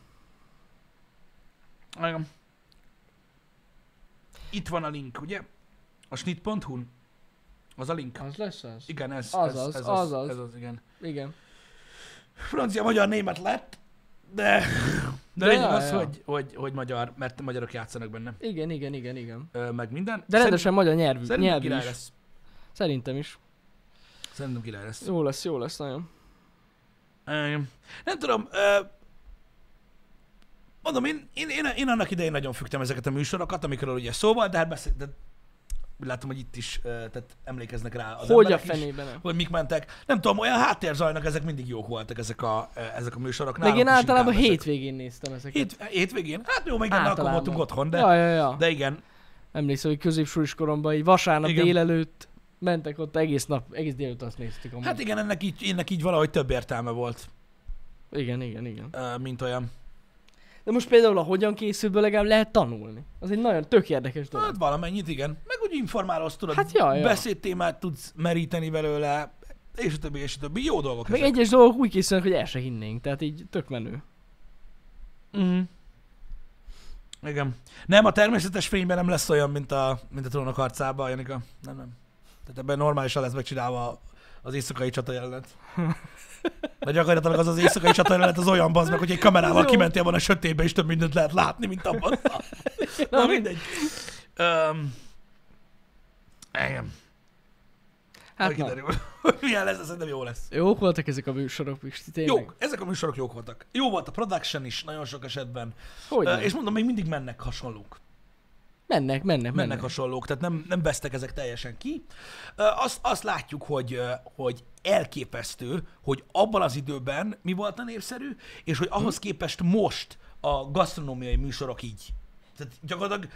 [SPEAKER 1] Igen. Itt van a link, ugye? A snit.hu. Az a link.
[SPEAKER 2] Az lesz az?
[SPEAKER 1] Igen, ez
[SPEAKER 2] Az
[SPEAKER 1] ez,
[SPEAKER 2] az,
[SPEAKER 1] ez,
[SPEAKER 2] az az.
[SPEAKER 1] ez az, igen.
[SPEAKER 2] Igen.
[SPEAKER 1] Francia, magyar, német lett, de,
[SPEAKER 2] De
[SPEAKER 1] de,
[SPEAKER 2] ja,
[SPEAKER 1] lényeg az,
[SPEAKER 2] ja.
[SPEAKER 1] Hogy, hogy, hogy magyar, mert magyarok játszanak benne,
[SPEAKER 2] Igen, igen, igen, igen.
[SPEAKER 1] Ö, meg minden.
[SPEAKER 2] De rendesen magyar
[SPEAKER 1] Szerint-
[SPEAKER 2] nyelvű,
[SPEAKER 1] Szerintem
[SPEAKER 2] nyelvű
[SPEAKER 1] király
[SPEAKER 2] is.
[SPEAKER 1] lesz.
[SPEAKER 2] Szerintem is.
[SPEAKER 1] Szerintem király lesz.
[SPEAKER 2] Jó lesz, jó lesz nagyon.
[SPEAKER 1] Ö, Nem tudom, ö, mondom, én, én, én, én annak idején nagyon fügtem ezeket a műsorokat, amikről ugye szó volt, de hát beszél, de úgy látom, hogy itt is ö, tehát emlékeznek rá az
[SPEAKER 2] Hogy a
[SPEAKER 1] emberek is,
[SPEAKER 2] fenében nem?
[SPEAKER 1] hogy mik mentek. Nem tudom, olyan háttérzajnak ezek mindig jók voltak, ezek a, ö, ezek a műsorok.
[SPEAKER 2] Meg
[SPEAKER 1] Nálunk
[SPEAKER 2] én
[SPEAKER 1] is
[SPEAKER 2] általában
[SPEAKER 1] inkább ezek.
[SPEAKER 2] hétvégén néztem ezeket.
[SPEAKER 1] Hét, hétvégén? Hát jó, még nem
[SPEAKER 2] Általában.
[SPEAKER 1] akkor voltunk otthon, de,
[SPEAKER 2] Ja, ja, ja.
[SPEAKER 1] de igen.
[SPEAKER 2] Emlékszem, hogy középsúlyos koromban így vasárnap
[SPEAKER 1] Igen.
[SPEAKER 2] Igen. délelőtt mentek ott egész nap, egész délelőtt azt néztük amúgy.
[SPEAKER 1] Hát igen, ennek így, ennek így valahogy több értelme volt,
[SPEAKER 2] igen, igen, igen.
[SPEAKER 1] ö, mint olyan.
[SPEAKER 2] De most például a hogyan készülből legalább lehet tanulni. Az egy nagyon tök érdekes dolog.
[SPEAKER 1] Hát valamennyit, igen. Meg úgy informálsz, tudod,
[SPEAKER 2] Hát ja, ja.
[SPEAKER 1] beszédtémát tudsz meríteni belőle, és a többi, és a többi. Jó dolgok
[SPEAKER 2] Meg egyes dolgok úgy készülnek, hogy el se hinnénk, tehát így tök menő.
[SPEAKER 1] Uh-huh. Igen. Nem, a természetes fényben nem lesz olyan, mint a, mint a trónok harcában, Janika. Nem, nem. Tehát ebben normálisan lesz megcsinálva az éjszakai csata
[SPEAKER 2] <laughs>
[SPEAKER 1] jelenet. De gyakorlatilag az az éjszakai csata jelenet az olyan bazd meg, hogy egy kamerával
[SPEAKER 2] Jó.
[SPEAKER 1] kimentél volna a sötétbe, és több mindent lehet látni, mint
[SPEAKER 2] <laughs>
[SPEAKER 1] abban. Na mindegy. Um, igen.
[SPEAKER 2] Hát
[SPEAKER 1] Majd
[SPEAKER 2] na.
[SPEAKER 1] kiderül, hogy milyen lesz, de szerintem jó lesz.
[SPEAKER 2] Jók voltak ezek a műsorok, Pisti, tényleg.
[SPEAKER 1] Jók, ezek a műsorok jók voltak. Jó volt a production is nagyon sok esetben.
[SPEAKER 2] Hogy
[SPEAKER 1] Ö,
[SPEAKER 2] nem?
[SPEAKER 1] és mondom, még mindig mennek hasonlók.
[SPEAKER 2] Mennek, mennek,
[SPEAKER 1] mennek
[SPEAKER 2] mennek.
[SPEAKER 1] hasonlók, tehát nem, nem vesztek ezek teljesen ki. Ö, Azt, azt látjuk, hogy, ö, hogy elképesztő, hogy abban az időben mi volt a népszerű, és hogy
[SPEAKER 2] Hm.
[SPEAKER 1] ahhoz képest most a gasztronómiai műsorok így. Tehát gyakorlatilag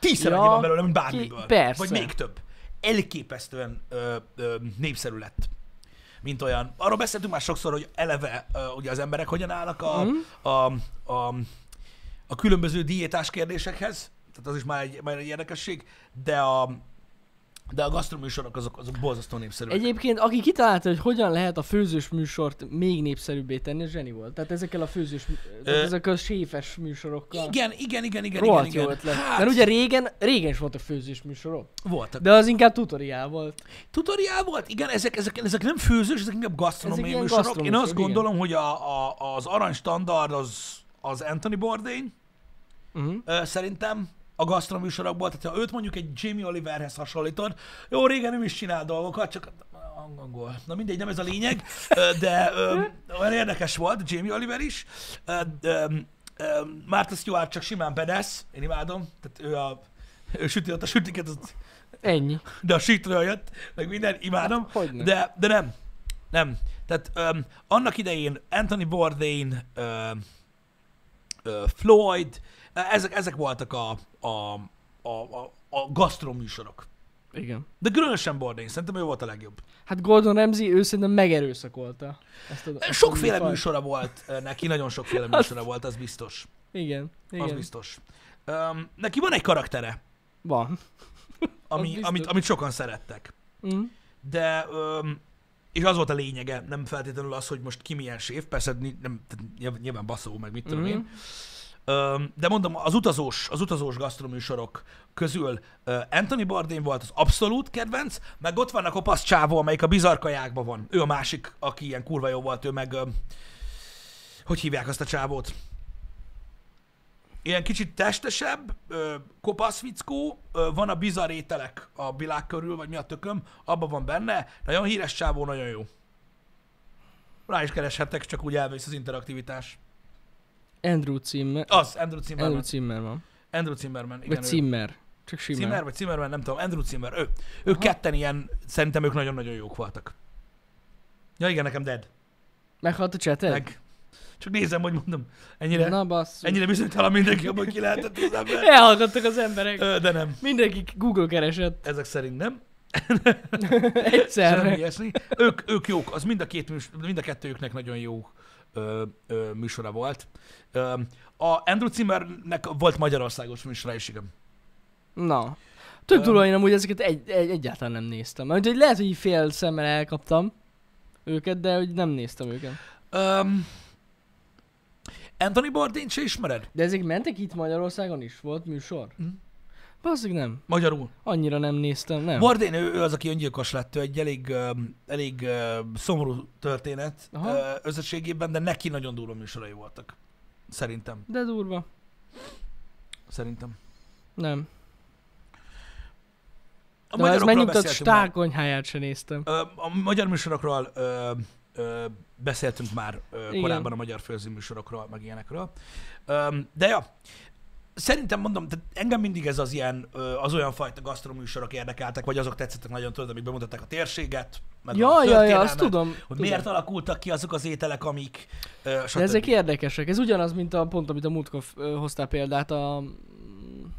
[SPEAKER 1] tízszer
[SPEAKER 2] Ja,
[SPEAKER 1] annyi van belőle, mint bármiből.
[SPEAKER 2] ki- persze.
[SPEAKER 1] Vagy még több. Elképesztően ö, ö, népszerű lett mint olyan. Arról beszéltünk már sokszor, hogy eleve ö, ugye az emberek hogyan állnak a, mm.
[SPEAKER 2] Hm.
[SPEAKER 1] a, a, a különböző diétás kérdésekhez, tehát az is már egy, már egy érdekesség, de a, de a gasztroműsorok azok, azok borzasztó népszerűek. Egy...
[SPEAKER 2] Egyébként, aki kitalálta, hogy hogyan lehet a főzős műsort még népszerűbbé tenni, az zseni volt. Tehát ezekkel a főzős, tehát
[SPEAKER 1] Ö,
[SPEAKER 2] ezek a séfes műsorokkal.
[SPEAKER 1] Igen, igen, igen, igen, igen,
[SPEAKER 2] Rohadt
[SPEAKER 1] igen.
[SPEAKER 2] jó ötlet.
[SPEAKER 1] Hát,
[SPEAKER 2] Mert ugye régen, régen is voltak főzős műsorok,
[SPEAKER 1] voltak.
[SPEAKER 2] de az inkább tutoriál volt.
[SPEAKER 1] Tutoriál volt? Igen, ezek, ezek, ezek nem főzős, ezek inkább
[SPEAKER 2] Ezek
[SPEAKER 1] gasztronómiai
[SPEAKER 2] ilyen
[SPEAKER 1] műsorok. Én
[SPEAKER 2] gasztronómiai,
[SPEAKER 1] azt
[SPEAKER 2] igen.
[SPEAKER 1] gondolom, hogy a, a, az arany standard az, az Anthony Bourdain,
[SPEAKER 2] Uh-huh.
[SPEAKER 1] Ö, szerintem a gasztro műsorokból, tehát ha őt mondjuk egy Jamie Oliverhez hasonlítod, jó, régen ő is csinál dolgokat, csak angol. Na mindegy, nem ez a lényeg, ö, de ö, olyan érdekes volt, Jamie Oliver is. Ö, ö, ö, Martha Stewart csak simán bedesz, én imádom, tehát ő a ő süti ott a sütiket, az-
[SPEAKER 2] Ennyi.
[SPEAKER 1] de a sítről jött, meg minden, imádom.
[SPEAKER 2] Hogyne. De...
[SPEAKER 1] Hát, De, de nem. Nem. Tehát öm, annak idején Anthony Bourdain, öm, ö, Floyd, ö, ezek, ezek voltak a, a, a, a, a gasztroműsorok.
[SPEAKER 2] Igen.
[SPEAKER 1] De különösen Bourdain, szerintem ő volt a legjobb.
[SPEAKER 2] Hát Gordon Ramsay ő szerintem megerőszakolta. Ezt a, ezt a
[SPEAKER 1] Sokféle
[SPEAKER 2] műfajt.
[SPEAKER 1] műsora volt ö, neki, nagyon
[SPEAKER 2] <laughs>
[SPEAKER 1] sokféle műsora volt, az biztos.
[SPEAKER 2] Igen. Igen.
[SPEAKER 1] Az biztos. Öm, neki van egy karaktere,
[SPEAKER 2] Van.
[SPEAKER 1] ami,
[SPEAKER 2] biztos.
[SPEAKER 1] amit, amit sokan szerettek.
[SPEAKER 2] Mm.
[SPEAKER 1] de öm, és az volt a lényege, nem feltétlenül az, hogy most ki milyen séf, persze ni- nem, tehát nyilv- nyilván baszó, meg mit tudom
[SPEAKER 2] Mhm.
[SPEAKER 1] én. Öm, de mondom, az utazós, az utazós gasztroműsorok közül ö, Anthony Bourdain volt az abszolút kedvenc, meg ott van a kopasz csávó, amelyik a bizarkajákban van. Ő a másik, aki ilyen kurva jó volt, ő meg... öm, hogy hívják azt a csávót? Ilyen kicsit testesebb, ö, kopasz fickó, ö, van a bizarr ételek a világ körül, vagy mi a tököm, abban van benne, nagyon híres csávó, nagyon jó. Rá is kereshettek, csak úgy elvész az interaktivitás.
[SPEAKER 2] Andrew Zimmer.
[SPEAKER 1] Az, Andrew Zimmerman.
[SPEAKER 2] Andrew
[SPEAKER 1] Andrew,
[SPEAKER 2] Zimmerman.
[SPEAKER 1] Zimmerman, igen.
[SPEAKER 2] Vagy
[SPEAKER 1] ő.
[SPEAKER 2] Zimmer. Csak Zimmer.
[SPEAKER 1] Zimmer vagy Zimmerman, nem tudom, Andrew Zimmer, ő. Ők
[SPEAKER 2] Aha.
[SPEAKER 1] ketten ilyen, szerintem ők nagyon-nagyon jók voltak. Ja igen, nekem dead.
[SPEAKER 2] Meghalt a cseted?
[SPEAKER 1] Meg. Csak nézem, hogy mondom, ennyire,
[SPEAKER 2] Na basszus.
[SPEAKER 1] ennyire bizonytalan mindenki, abban ki lehetett az ember.
[SPEAKER 2] Elhallgattak az emberek.
[SPEAKER 1] Ö, De nem.
[SPEAKER 2] Mindenki Google <laughs> keresett
[SPEAKER 1] Ezek szerint nem.
[SPEAKER 2] egyszerre.
[SPEAKER 1] Semmi ilyesmi. Ők, ők jók, az mind a, két, műs- mind a kettőjüknek nagyon jó ö, ö, ö, műsora volt. Ö, a Andrew Zimmernek volt Magyarországos műsora is, igen.
[SPEAKER 2] Na. Tök
[SPEAKER 1] Öm.
[SPEAKER 2] durva, én amúgy ezeket egy, egy, egyáltalán nem néztem. Mert hogy lehet, hogy így fél szemmel elkaptam őket, de hogy nem néztem őket.
[SPEAKER 1] Öm, Anthony Bourdain se ismered?
[SPEAKER 2] De ezek mentek itt Magyarországon is? Volt műsor?
[SPEAKER 1] Mhm.
[SPEAKER 2] Mm. Basszik nem.
[SPEAKER 1] Magyarul.
[SPEAKER 2] Annyira nem néztem, nem.
[SPEAKER 1] Bourdain, ő, ő az, aki öngyilkos lett, ő egy elég, öm, elég öm, szomorú történet
[SPEAKER 2] Aha.
[SPEAKER 1] ö, összességében, de neki nagyon durva műsorai voltak. Szerintem.
[SPEAKER 2] De durva.
[SPEAKER 1] Szerintem.
[SPEAKER 2] Nem. De
[SPEAKER 1] A
[SPEAKER 2] ez
[SPEAKER 1] magyarokról
[SPEAKER 2] megnyugtat,
[SPEAKER 1] beszéltünk már.
[SPEAKER 2] stákonyháját sem néztem.
[SPEAKER 1] Ö, A magyar műsorokról ö, ö, beszéltünk már ö,
[SPEAKER 2] Igen.
[SPEAKER 1] korábban a magyar főző műsorokról, meg ilyenekről. Ö, de ja, szerintem mondom, tehát engem mindig ez az ilyen, ö, az olyan fajta gasztroműsorok érdekeltek, vagy azok tetszettek nagyon, tudod, amik bemutatták a térséget, meg a
[SPEAKER 2] Ja, ja, ja, azt
[SPEAKER 1] történelmet,
[SPEAKER 2] tudom.
[SPEAKER 1] Hogy
[SPEAKER 2] tudom.
[SPEAKER 1] miért alakultak ki azok az ételek, amik... Ö, stb.
[SPEAKER 2] De ezek érdekesek. Ez ugyanaz, mint a pont, amit a múltkor ö, hoztál példát a...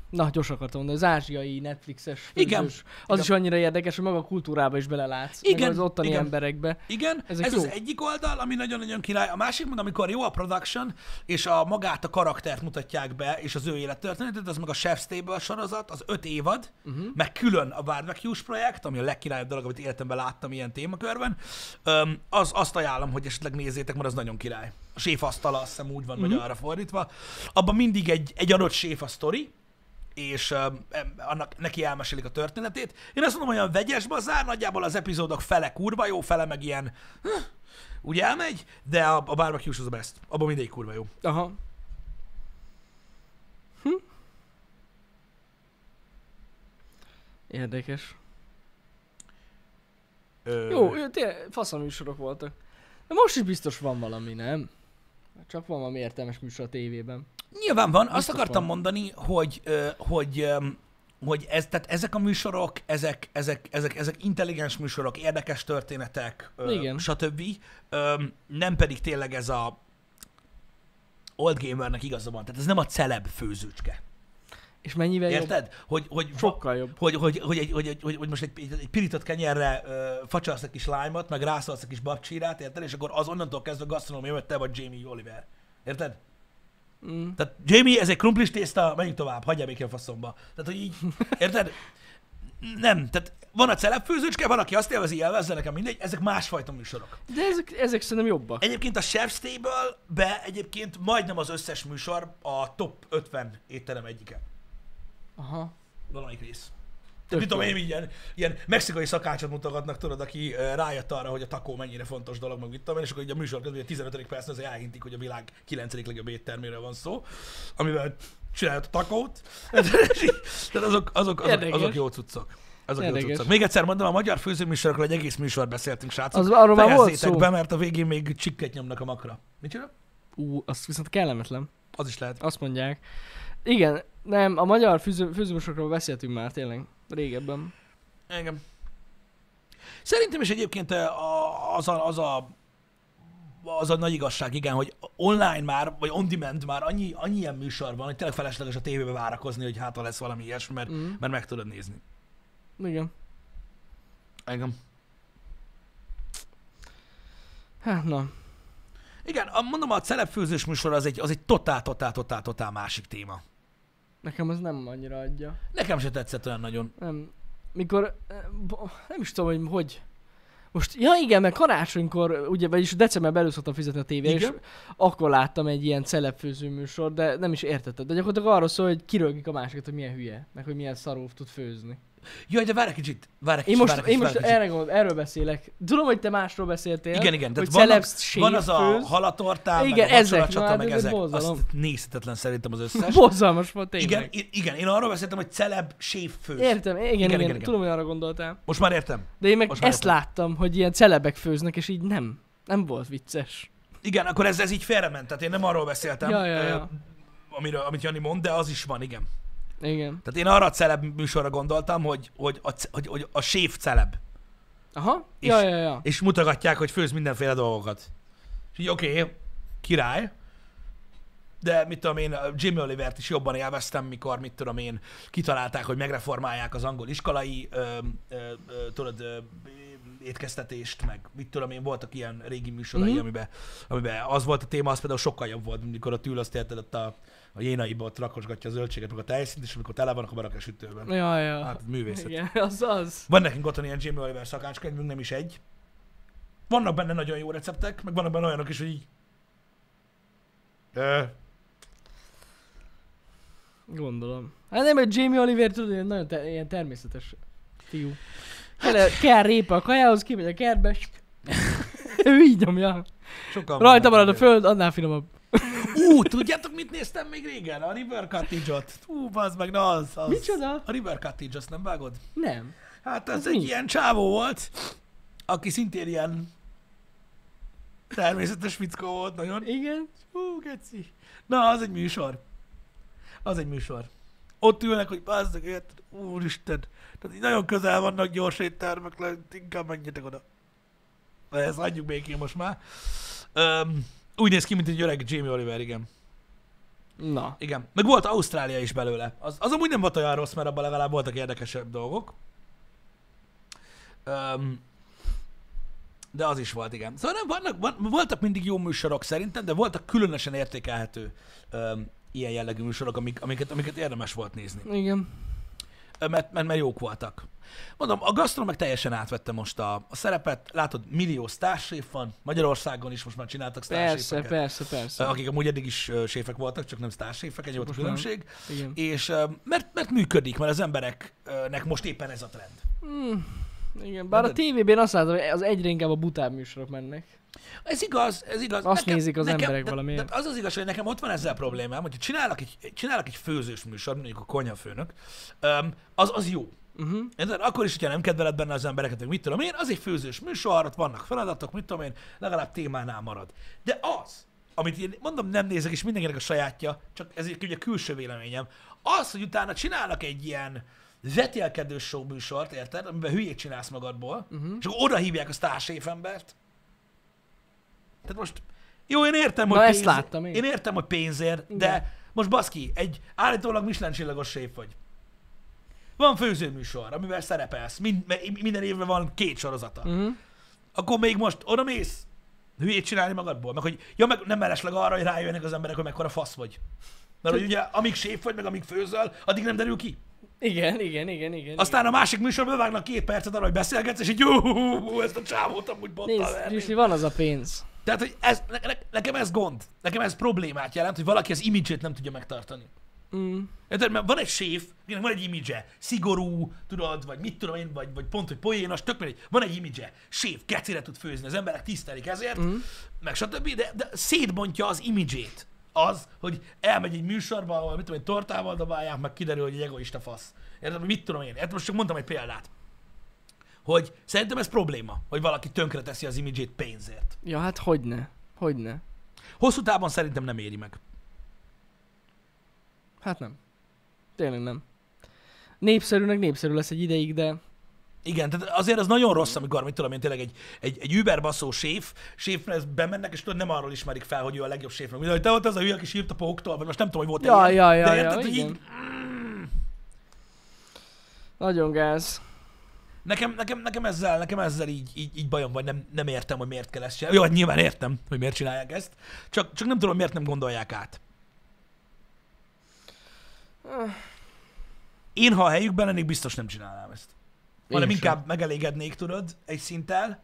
[SPEAKER 2] Na, hát gyorsan akartam mondani, az ázsiai Netflixes főzős.
[SPEAKER 1] Igen,
[SPEAKER 2] Az
[SPEAKER 1] igen.
[SPEAKER 2] is annyira érdekes, hogy maga a kultúrába is belelátsz. meg
[SPEAKER 1] Igen,
[SPEAKER 2] az ottani
[SPEAKER 1] igen.
[SPEAKER 2] emberekbe.
[SPEAKER 1] Igen,
[SPEAKER 2] Ezek
[SPEAKER 1] ez
[SPEAKER 2] jó.
[SPEAKER 1] az egyik oldal, ami nagyon-nagyon király. A másik, mondom, amikor jó a production, és a magát a karaktert mutatják be, és az ő élettörténetet, az meg a Chef's Table sorozat, az öt évad, uh-huh. meg külön a Barbecue-s projekt, ami a legkirályabb dolog, amit életemben láttam ilyen témakörben. Öm, az, azt ajánlom, hogy esetleg nézzétek, mert az nagyon király. A séfasztala, azt hiszem úgy van uh-huh. magyarra fordítva. Abban mindig egy, egy adott séf a sztori, és öm, em, annak neki elmesélik a történetét. Én azt mondom, olyan vegyes bazár, nagyjából az epizódok fele kurva jó, fele meg ilyen, huh, úgy elmegy, de a, a barbecue az a best. Abban mindig kurva jó.
[SPEAKER 2] Aha. Hm? Érdekes.
[SPEAKER 1] Ö,
[SPEAKER 2] Jó, ö, tényleg faszom műsorok voltak. De most is biztos van valami, nem? Csak van valami értelmes műsor a tévében.
[SPEAKER 1] Nyilván van, azt
[SPEAKER 2] Biztos
[SPEAKER 1] akartam
[SPEAKER 2] van.
[SPEAKER 1] mondani, hogy, ö, hogy, öm, hogy ez, tehát ezek a műsorok, ezek, ezek, ezek, ezek intelligens műsorok, érdekes történetek, ö,
[SPEAKER 2] Igen.
[SPEAKER 1] stb. Öm, nem pedig tényleg ez a old gamernek igaza van. Tehát ez nem a celeb főzőcske.
[SPEAKER 2] És mennyivel jobb?
[SPEAKER 1] Érted? Hogy, hogy,
[SPEAKER 2] Sokkal jobb.
[SPEAKER 1] hogy, hogy, hogy, egy, hogy, egy, hogy, hogy most egy, egy, egy pirított kenyerre ö, facsalsz egy kis lájmat, meg rászalsz egy kis babcsírát, érted? És akkor az onnantól kezdve gasztronómia, hogy te vagy Jamie Oliver. Érted?
[SPEAKER 2] Mm.
[SPEAKER 1] Tehát Jamie, ez egy krumplis tészta, menjünk tovább, hagyjál békén a faszomba. Tehát, hogy így, érted? Nem, tehát van a celebfőzőcske, van, aki azt élvezi, élvezze, nekem mindegy, ezek másfajta műsorok.
[SPEAKER 2] De ezek, ezek szerintem jobbak.
[SPEAKER 1] Egyébként a Chef's Table-be egyébként majdnem az összes műsor a top 50 étterem egyike.
[SPEAKER 2] Aha.
[SPEAKER 1] valamelyik rész.
[SPEAKER 2] Tök
[SPEAKER 1] Tehát, mit tudom
[SPEAKER 2] jó.
[SPEAKER 1] én, ilyen, ilyen mexikai szakácsot mutogatnak, tudod, aki ö, rájött arra, hogy a takó mennyire fontos dolog, meg mit tudom én, és akkor ugye a műsor közben a 15. percben azért elhintik, hogy a világ 9. legjobb étterméről van szó, amivel csinált a takót. És így- <laughs> Tehát azok, azok, azok,
[SPEAKER 2] Érdekes.
[SPEAKER 1] azok jó cuccok. Azok jó
[SPEAKER 2] Érdekes.
[SPEAKER 1] cuccok. Még egyszer mondom, a magyar főzőműsorokról egy egész műsor beszéltünk, srácok.
[SPEAKER 2] Az arról már volt
[SPEAKER 1] Fejezzétek
[SPEAKER 2] szó.
[SPEAKER 1] be, mert a végén még csikket nyomnak a makra. Mit csinál?
[SPEAKER 2] Ú, az viszont kellemetlen.
[SPEAKER 1] Az is lehet.
[SPEAKER 2] Azt mondják. Igen, nem, a magyar fűző, fűzőmosokról beszéltünk már tényleg. Régebben.
[SPEAKER 1] Engem. Szerintem is egyébként eh, a- az a, az a, az a nagy igazság, igen, hogy online már, vagy on demand már annyi, annyi ilyen műsor van, hogy tényleg felesleges a tévébe várakozni, hogy hát ha lesz valami ilyesmi, mert,
[SPEAKER 2] Mm.
[SPEAKER 1] mert meg tudod nézni.
[SPEAKER 2] Igen.
[SPEAKER 1] Engem.
[SPEAKER 2] Hát na.
[SPEAKER 1] Igen, a- mondom, a celebfőzős műsor az egy, az egy totál, totál, totál, totál másik téma.
[SPEAKER 2] Nekem az nem annyira adja.
[SPEAKER 1] Nekem se tetszett olyan nagyon.
[SPEAKER 2] Nem. Mikor, eh, bo- nem is tudom, hogy hogy. Most, ja igen, mert karácsonykor, ugye, vagyis decemberben elő szoktam fizetni a tévére, és
[SPEAKER 1] Igen.
[SPEAKER 2] akkor láttam egy ilyen celebfőző műsor, de nem is értettem. De gyakorlatilag arról szól, hogy kirögik a másikat, hogy milyen hülye, meg hogy milyen szarúf tud főzni.
[SPEAKER 1] Jaj, de várj egy kicsit, várj egy
[SPEAKER 2] Én
[SPEAKER 1] kicsit,
[SPEAKER 2] most,
[SPEAKER 1] várj egy
[SPEAKER 2] én
[SPEAKER 1] kicsit,
[SPEAKER 2] most
[SPEAKER 1] várj egy kicsit.
[SPEAKER 2] erre gondol, erről beszélek. Tudom, hogy te másról beszéltél.
[SPEAKER 1] Igen, igen,
[SPEAKER 2] hogy
[SPEAKER 1] tehát vannak,
[SPEAKER 2] celebs
[SPEAKER 1] van
[SPEAKER 2] séf
[SPEAKER 1] az a
[SPEAKER 2] főz.
[SPEAKER 1] halatortál,
[SPEAKER 2] Igen,
[SPEAKER 1] meg a
[SPEAKER 2] ezek,
[SPEAKER 1] vacsora,
[SPEAKER 2] na,
[SPEAKER 1] csata,
[SPEAKER 2] hát
[SPEAKER 1] meg
[SPEAKER 2] ez egy
[SPEAKER 1] ezek.
[SPEAKER 2] borzalom.
[SPEAKER 1] Azt nézhetetlen szerintem az összes.
[SPEAKER 2] Borzalmas volt tényleg.
[SPEAKER 1] Igen, i- igen, én arról beszéltem, hogy celeb séffőz.
[SPEAKER 2] Értem, igen, igen, igen,
[SPEAKER 1] igen,
[SPEAKER 2] igen,
[SPEAKER 1] igen.
[SPEAKER 2] tudom, hogy arra gondoltál.
[SPEAKER 1] Most már értem.
[SPEAKER 2] De én meg
[SPEAKER 1] Most már
[SPEAKER 2] ezt
[SPEAKER 1] értem.
[SPEAKER 2] láttam, hogy ilyen celebek főznek, és így nem. Nem volt vicces.
[SPEAKER 1] Igen, akkor ez, ez így félrement, tehát én nem arról beszéltem,
[SPEAKER 2] Ja, ja,
[SPEAKER 1] ö,
[SPEAKER 2] ja.
[SPEAKER 1] Amiről, amit Jani mond, de az is van, igen.
[SPEAKER 2] Igen.
[SPEAKER 1] Tehát én arra a celeb műsorra gondoltam, hogy, hogy, a, ce- hogy, hogy a séf celeb,
[SPEAKER 2] Aha.
[SPEAKER 1] És-
[SPEAKER 2] Ja, ja, ja.
[SPEAKER 1] és mutogatják, hogy főz mindenféle dolgokat. És így oké, okay, király, de mit tudom én, a Jimmy Olivert is jobban élveztem, mikor, mit tudom én, kitalálták, hogy megreformálják az angol iskolai, ö, ö, ö, tudod, ö, étkeztetést, meg mit tudom én, voltak ilyen régi műsorai,
[SPEAKER 2] Mhm.
[SPEAKER 1] amiben, amiben az volt a téma, az például sokkal jobb volt, mint mikor ott ül, azt érted, ott a, a jénaiba ott rakosgatja a zöldséget, meg a tejszint, és amikor tele vannak a barak a sütőben.
[SPEAKER 2] Ja, ja.
[SPEAKER 1] Hát művészet.
[SPEAKER 2] Igen, <laughs> az az.
[SPEAKER 1] Van nekünk otthon ilyen Jamie Oliver szakácskönyvünk, nem is egy. Vannak benne nagyon jó receptek, meg vannak benne olyanok is, hogy így... Ö,
[SPEAKER 2] Gondolom. Hát nem, mert Jamie Oliver tudod, ilyen nagyon te- ilyen természetes fiú.
[SPEAKER 1] Hát-
[SPEAKER 2] Kell, kell répa a kajához, kimegy a kertbe, s- <laughs> ő így nyomja.
[SPEAKER 1] sokan
[SPEAKER 2] Rajta
[SPEAKER 1] vannak
[SPEAKER 2] marad a
[SPEAKER 1] ilyen.
[SPEAKER 2] föld, annál finomabb.
[SPEAKER 1] Ú, tudjátok, mit néztem még régen? A River Cottage-ot. Ú, bazd meg, na az, az.
[SPEAKER 2] Micsoda? Hm.
[SPEAKER 1] A River Cottage, azt nem vágod?
[SPEAKER 2] Nem.
[SPEAKER 1] Hát
[SPEAKER 2] Az
[SPEAKER 1] ez egy
[SPEAKER 2] mi?
[SPEAKER 1] ilyen csávó volt, aki szintén ilyen természetes fickó volt nagyon.
[SPEAKER 2] Igen.
[SPEAKER 1] Hú, geci. Na, az egy műsor. Az egy műsor. Ott ülnek, hogy bázzak, érted? Úristen. Tehát így nagyon közel vannak gyors éttermek, le, inkább menjetek oda. De ezt hagyjuk békén most már. Öm, úgy néz ki, mint egy öreg Jamie Oliver, igen.
[SPEAKER 2] Na.
[SPEAKER 1] Igen. Meg volt Ausztrália is belőle. Az, az amúgy nem volt olyan rossz, mert abban legalább voltak érdekesebb dolgok. Um, de az is volt, igen. Szóval nem, vannak, van, voltak mindig jó műsorok szerintem, de voltak különösen értékelhető um, ilyen jellegű műsorok, amik, amiket, amiket érdemes volt nézni.
[SPEAKER 2] Igen.
[SPEAKER 1] Ö, Mert, mert, mert jók voltak. Mondom, a gasztron meg teljesen átvette most a, a szerepet. Látod, millió sztárséf van. Magyarországon is most már csináltak
[SPEAKER 2] Persze,
[SPEAKER 1] sztárséfeket.
[SPEAKER 2] persze, persze.
[SPEAKER 1] Akik amúgy eddig is ö, séfek voltak, csak nem sztárséfek, egy volt a
[SPEAKER 2] Most már-
[SPEAKER 1] különbség.
[SPEAKER 2] Igen.
[SPEAKER 1] És ö, mert, mert működik, mert az embereknek most éppen ez a trend.
[SPEAKER 2] Igen. Bár a tévében azt látom, hogy az egyre inkább a butább műsorok mennek.
[SPEAKER 1] Ez igaz, ez igaz.
[SPEAKER 2] Azt nézik az emberek
[SPEAKER 1] de-
[SPEAKER 2] valamiért.
[SPEAKER 1] De az az igaz, hogy nekem ott van ezzel problémám, hogy csinálnak egy, csinálnak egy főzős műsor, mondjuk a konyhafőnök, öm, az, az jó.
[SPEAKER 2] Uh-huh.
[SPEAKER 1] Érted? Akkor is, hogyha nem kedveled benne az embereket, meg mit tudom én, az egy főzős műsor, ott vannak feladatok, mit tudom én, legalább témánál marad. De az, amit én mondom, nem nézek, és mindenkinek a sajátja, csak ez egy ugye külső véleményem, az, hogy utána csinálnak egy ilyen vetélkedős show műsort, érted? Amiben hülyét csinálsz magadból,
[SPEAKER 2] Mhm.
[SPEAKER 1] uh-huh. és akkor oda hívják a sztárséfembert. Tehát most, jó, én értem,
[SPEAKER 2] Na,
[SPEAKER 1] hogy
[SPEAKER 2] ezt láttam én.
[SPEAKER 1] én értem, hogy pénzért, Igen. de most baszki, egy állítólag Michelin csillagos séf vagy. Van főzőműsor, amivel szerepelsz. Mind, me- minden évben van két sorozata. Mm.
[SPEAKER 2] Uh-huh.
[SPEAKER 1] Akkor még most oda mész, hülyét csinálni magadból. Meg hogy, ja, meg nem mellesleg arra, hogy rájönnek az emberek, hogy mekkora fasz vagy. Mert hogy ugye, amíg séf vagy, meg amíg főzöl, addig nem derül ki.
[SPEAKER 2] Igen, igen, igen, igen.
[SPEAKER 1] Aztán a másik műsorban vágnak két percet arra, hogy beszélgetsz, és így jó, ezt a csávót amúgy
[SPEAKER 2] igen.
[SPEAKER 1] bottal
[SPEAKER 2] Nézd,
[SPEAKER 1] verni.
[SPEAKER 2] Gyusli, van az a pénz.
[SPEAKER 1] Tehát, hogy ez, ne, ne, nekem ez gond. Nekem ez problémát jelent, hogy valaki az imidzsét nem tudja megtartani. Mhm.
[SPEAKER 2] Mm.
[SPEAKER 1] Érted? Mert van egy séf, akinek van egy imidzse, szigorú, tudod, vagy mit tudom én, vagy, vagy pont, hogy poénos, tök mindegy. Van egy imidzse, séf, kecére tud főzni, az emberek tisztelik ezért, mm. meg stb. De, de szétbontja az imidzsét. Az, hogy elmegy egy műsorba, ahol mit tudom én, tortával dobálják, meg kiderül, hogy egy egoista fasz. Érted? Mit tudom én? Hát most csak mondtam egy példát. Hogy szerintem ez probléma, hogy valaki tönkreteszi az imidzsét pénzért.
[SPEAKER 2] Ja, hát hogyne. Hogyne.
[SPEAKER 1] Hosszú távon szerintem nem éri meg.
[SPEAKER 2] Hát nem. Tényleg nem. Népszerűnek népszerű lesz egy ideig, de...
[SPEAKER 1] Igen, tehát azért az nagyon rossz, amikor, mit tudom én, tényleg egy, egy, egy Uber baszó séf, séfhez bemennek, és tudod, nem arról ismerik fel, hogy ő a legjobb séf. Mint, hogy te volt az a hülye, aki sírt a póktól, vagy most nem tudom, hogy volt
[SPEAKER 2] Ja, ja, ja,
[SPEAKER 1] de
[SPEAKER 2] ja,
[SPEAKER 1] érted, hogy
[SPEAKER 2] igen.
[SPEAKER 1] így, Mm.
[SPEAKER 2] Nagyon gáz.
[SPEAKER 1] nekem, nekem, nekem, ezzel, nekem ezzel így, így, így bajom vagy, nem, nem értem, hogy miért kell ezt csinálni. Jó, hát nyilván értem, hogy miért csinálják ezt, csak, csak nem tudom, miért nem gondolják át.
[SPEAKER 2] Öh.
[SPEAKER 1] Én, ha a helyükben lennék, biztos nem csinálnám ezt. hanem
[SPEAKER 2] Én sem.
[SPEAKER 1] inkább megelégednék, tudod, egy szinttel.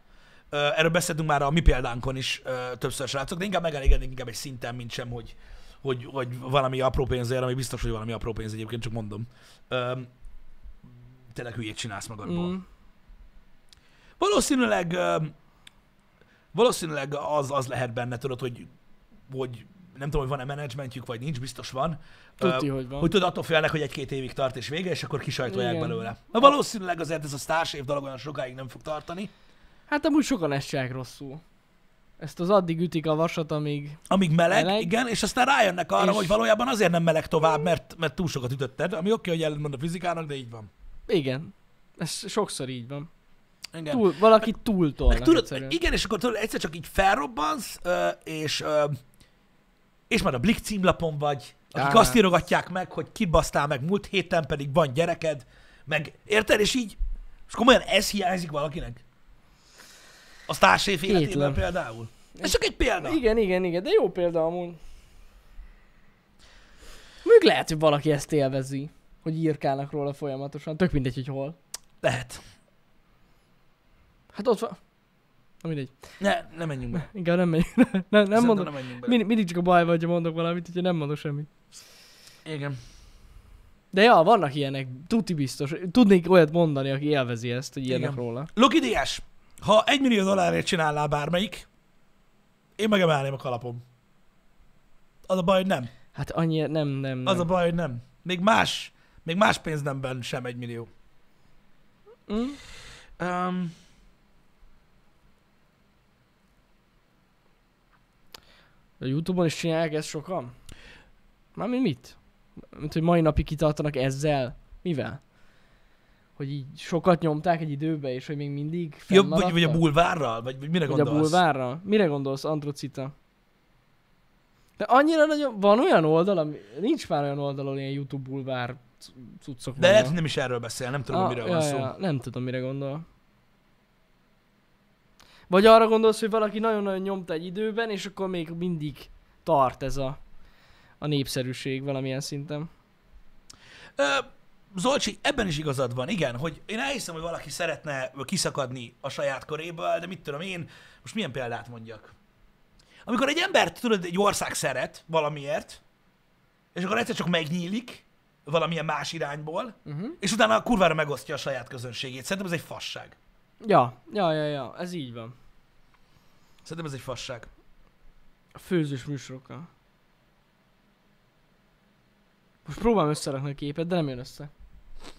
[SPEAKER 1] Ö, Erről beszéltünk már a mi példánkon is ö, többször, srácok, de inkább megelégednék inkább egy szinten, mint sem, hogy, hogy, hogy valami apró pénzért, ami biztos, hogy valami apró pénz egyébként, csak mondom. Öm, tényleg hülyét csinálsz magadból.
[SPEAKER 2] Mm.
[SPEAKER 1] Valószínűleg, öm, valószínűleg az, az lehet benne, tudod, hogy, hogy nem tudom, hogy van-e menedzsmentjük, vagy nincs, biztos van. Ö,
[SPEAKER 2] Tudti, hogy van.
[SPEAKER 1] Hogy tudod, attól félnek, hogy egy-két évig tart és vége, és akkor kisajtolják
[SPEAKER 2] Igen.
[SPEAKER 1] belőle. Na valószínűleg azért ez a sztársév dolog olyan sokáig nem fog tartani,
[SPEAKER 2] Hát amúgy sokan ezt csinálják rosszul. Ezt az addig ütik a vasat, amíg...
[SPEAKER 1] amíg meleg, meleg.
[SPEAKER 2] Meleg.
[SPEAKER 1] igen, és aztán rájönnek arra, és...
[SPEAKER 2] És-
[SPEAKER 1] hogy valójában azért nem meleg tovább, mert, mert túl sokat ütötted, ami oké, hogy ellentmond a fizikának, de így van.
[SPEAKER 2] Igen. Ez sokszor így van.
[SPEAKER 1] Igen.
[SPEAKER 2] Túl, valaki túltolnak
[SPEAKER 1] Meg tudod,
[SPEAKER 2] egyszerűen.
[SPEAKER 1] igen, és akkor tudod, egyszer csak így felrobbansz, ö, és, ö, és már a Blick címlapon vagy, akik
[SPEAKER 2] Á.
[SPEAKER 1] azt írogatják meg, hogy kibasztál meg múlt héten, pedig van gyereked, meg érted, és így, és komolyan ez hiányzik valakinek? A társép életében
[SPEAKER 2] Kétlem.
[SPEAKER 1] például. Ez csak egy példa.
[SPEAKER 2] Igen, igen, igen, de jó példa amúgy. Még lehet, hogy valaki ezt élvezi, hogy írkálnak róla folyamatosan, tök mindegy, hogy hol.
[SPEAKER 1] Lehet.
[SPEAKER 2] Hát ott van. Na mindegy.
[SPEAKER 1] Ne, ne menjünk be.
[SPEAKER 2] Inkább nem megy. <laughs> nem, nem
[SPEAKER 1] Szerintem
[SPEAKER 2] mondok.
[SPEAKER 1] Nem menjünk be.
[SPEAKER 2] Mind, mindig csak a baj vagy, ha mondok valamit, hogyha nem mondok semmit.
[SPEAKER 1] Igen.
[SPEAKER 2] De ja, vannak ilyenek, tuti biztos. Tudnék olyat mondani, aki élvezi ezt, hogy írnak
[SPEAKER 1] Igen.
[SPEAKER 2] róla.
[SPEAKER 1] Loki Díjas, ha egy millió dollárért csinálnál bármelyik, én megemelném a kalapom. Az a baj, hogy nem.
[SPEAKER 2] Hát annyi, nem, nem, nem.
[SPEAKER 1] Az a baj, hogy nem. Még más, még más pénznemben sem egy millió.
[SPEAKER 2] Mm?
[SPEAKER 1] Um,
[SPEAKER 2] A Youtube-on is csinálják ezt sokan? Mármint mit? Mint hogy mai napig kitartanak ezzel? Mivel? Hogy így sokat nyomták egy időbe, és hogy még mindig
[SPEAKER 1] jobb, vagy, vagy a
[SPEAKER 2] fennmaradtak?
[SPEAKER 1] bulvárral? Vagy, vagy mire
[SPEAKER 2] Vagy a
[SPEAKER 1] gondolsz?
[SPEAKER 2] bulvárra? Mire gondolsz, Androcita? De annyira nagyon... Van olyan oldal, ami... Nincs már olyan oldalon ilyen YouTube bulvár c- cuccok
[SPEAKER 1] De lehet,
[SPEAKER 2] vannak.
[SPEAKER 1] hogy nem is erről beszél, nem tudom,
[SPEAKER 2] Ah,
[SPEAKER 1] ah, miről van szó.
[SPEAKER 2] Nem tudom, mire gondol. Vagy arra gondolsz, hogy valaki nagyon-nagyon nyomta egy időben, és akkor még mindig tart ez a, a népszerűség valamilyen szinten.
[SPEAKER 1] Ö, Zolcsi, ebben is igazad van, igen, hogy én elhiszem, hogy valaki szeretne kiszakadni a saját köréből, de mit tudom én, most milyen példát mondjak. Amikor egy embert, tudod, egy ország szeret valamiért, és akkor egyszer csak megnyílik valamilyen más irányból,
[SPEAKER 2] Uh-huh.
[SPEAKER 1] és utána kurvára megosztja a saját közönségét. Szerintem ez egy fasság.
[SPEAKER 2] Ja, ja, ja, ja, ez így van.
[SPEAKER 1] Szerintem ez egy fasság.
[SPEAKER 2] A főzős műsorokkal. Most próbálom összerakni a képet, de nem jön össze.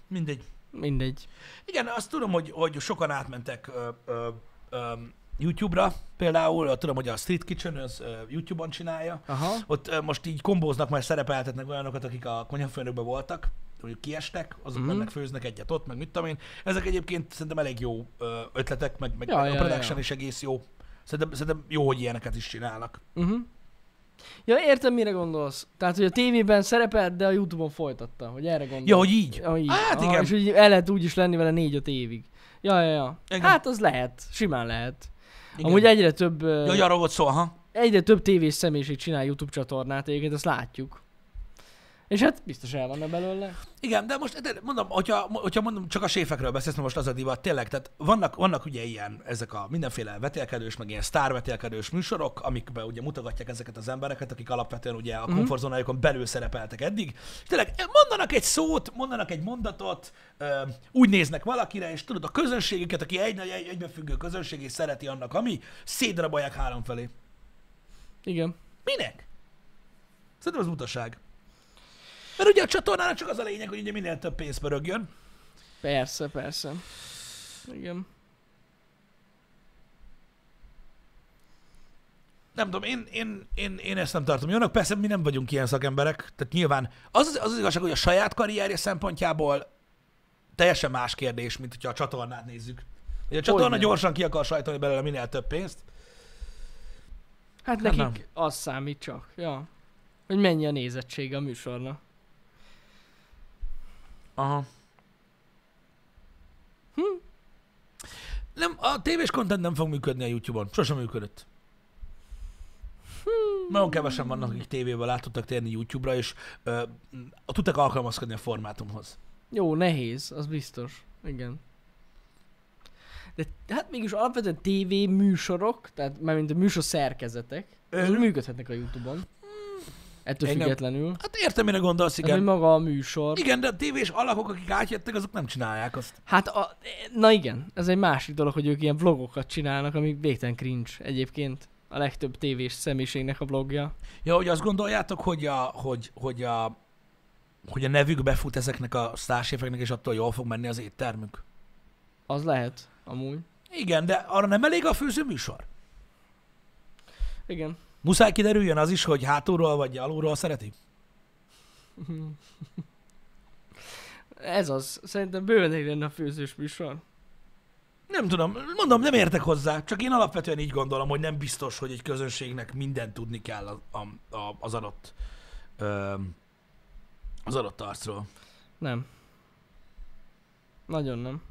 [SPEAKER 1] Mindegy.
[SPEAKER 2] Mindegy.
[SPEAKER 1] Igen, azt tudom, hogy, hogy sokan átmentek ö, ö, ö, YouTube-ra, például tudom, hogy a Street Kitchen az ö, YouTube-on csinálja,
[SPEAKER 2] Aha.
[SPEAKER 1] Ott ö, most így kombóznak, mert szerepeltetnek olyanokat, akik a konyhafőnökben voltak, mondjuk kiestek, azok
[SPEAKER 2] Mhm.
[SPEAKER 1] mm-hmm. mennek, főznek egyet ott, meg mit tudom én. Ezek egyébként szerintem elég jó ö, ötletek, meg, meg
[SPEAKER 2] Ja,
[SPEAKER 1] ja, a
[SPEAKER 2] ja,
[SPEAKER 1] production
[SPEAKER 2] ja.
[SPEAKER 1] is egész jó. Szerintem, szerintem jó, hogy ilyeneket is csinálnak.
[SPEAKER 2] Uh-huh. Ja, értem, mire gondolsz. Tehát, hogy a tévében szerepelt, de a Youtube-on folytatta, hogy erre gondolsz.
[SPEAKER 1] Ja, hogy így.
[SPEAKER 2] Ja, így.
[SPEAKER 1] Hát igen.
[SPEAKER 2] Ah, És hogy el lehet úgy is lenni vele 4-5 évig. Ja, ja, ja.
[SPEAKER 1] Igen.
[SPEAKER 2] Hát az lehet, simán lehet.
[SPEAKER 1] Igen.
[SPEAKER 2] Igen. Amúgy egyre több,
[SPEAKER 1] Ja,
[SPEAKER 2] ja,
[SPEAKER 1] hogy arra volt szó, ha?
[SPEAKER 2] egyre több tévés személyiség csinál YouTube csatornát, egyébként azt látjuk. És hát biztos el vannak belőle.
[SPEAKER 1] Igen, de most de mondom, hogyha, hogyha mondom, csak a séfekről beszélsz, mert most az a divat, tényleg, tehát vannak, vannak ugye ilyen, ezek a mindenféle vetélkedős, meg ilyen sztárvetélkedős műsorok, amikben ugye mutogatják ezeket az embereket, akik alapvetően ugye a komfortzónájukon belül szerepeltek eddig, és tényleg eh, mondanak egy szót, mondanak egy mondatot, ö, úgy néznek valakire, és tudod, a közönségüket, aki egy, egy egybefüggő közönség, és szereti annak, ami, szétdarabolják három felé.
[SPEAKER 2] Igen.
[SPEAKER 1] Minek? Szerintem az butaság. Mert ugye a csatornának csak az a lényeg, hogy ugye minél több pénz pörögjön,
[SPEAKER 2] Persze, persze. Igen.
[SPEAKER 1] Nem tudom, én, én, én, én ezt nem tartom jónak. Persze mi nem vagyunk ilyen szakemberek, tehát nyilván az az, az, az igazság, hogy a saját karrierje szempontjából teljesen más kérdés, mint hogyha a csatornát nézzük. Ugye a csatorna
[SPEAKER 2] Hogyne.
[SPEAKER 1] gyorsan ki akar sajtani belőle minél több pénzt.
[SPEAKER 2] Hát
[SPEAKER 1] Hát
[SPEAKER 2] nekik
[SPEAKER 1] nem.
[SPEAKER 2] hát az számít csak, ja. Hogy mennyi a nézettsége a műsornak.
[SPEAKER 1] Aha. Hm? Nem, a tévés content nem fog működni a YouTube-on. Sosem működött. Nagyon kevesen vannak, akik tévéből át tudtak térni YouTube-ra, és ö, m- tudtak alkalmazkodni a formátumhoz.
[SPEAKER 2] Jó, nehéz, az biztos. Igen. De hát mégis alapvetően TV műsorok, tehát mármint a műsor szerkezetek, azok
[SPEAKER 1] Ön?
[SPEAKER 2] működhetnek a Youtube-on. Ettől
[SPEAKER 1] Én nem.
[SPEAKER 2] függetlenül.
[SPEAKER 1] Hát értem, mire gondolsz,
[SPEAKER 2] Igen.
[SPEAKER 1] igen.
[SPEAKER 2] Hát, hogy maga a műsor.
[SPEAKER 1] Igen, de a tévés alakok, akik átjöttek, azok nem csinálják azt.
[SPEAKER 2] Hát, a, na igen, ez egy másik dolog, hogy ők ilyen vlogokat csinálnak, ami végtelen cringe egyébként. A legtöbb tévés személyiségnek a vlogja.
[SPEAKER 1] Ja, hogy azt gondoljátok, hogy a, hogy, hogy a, hogy a nevük befut ezeknek a sztárséfeknek, és attól jól fog menni az éttermük.
[SPEAKER 2] Az lehet, amúgy.
[SPEAKER 1] Igen, de arra nem elég a főzőműsor.
[SPEAKER 2] Igen.
[SPEAKER 1] Muszáj kiderüljön az is, hogy hátulról vagy alulról szereti.
[SPEAKER 2] Ez az. Szerintem bőven elég lenne a főzős műsor.
[SPEAKER 1] Nem tudom, mondom, nem értek hozzá, csak én alapvetően így gondolom, hogy nem biztos, hogy egy közönségnek mindent tudni kell a, a, a, az adott ö, az adott arcról.
[SPEAKER 2] Nem. Nagyon nem.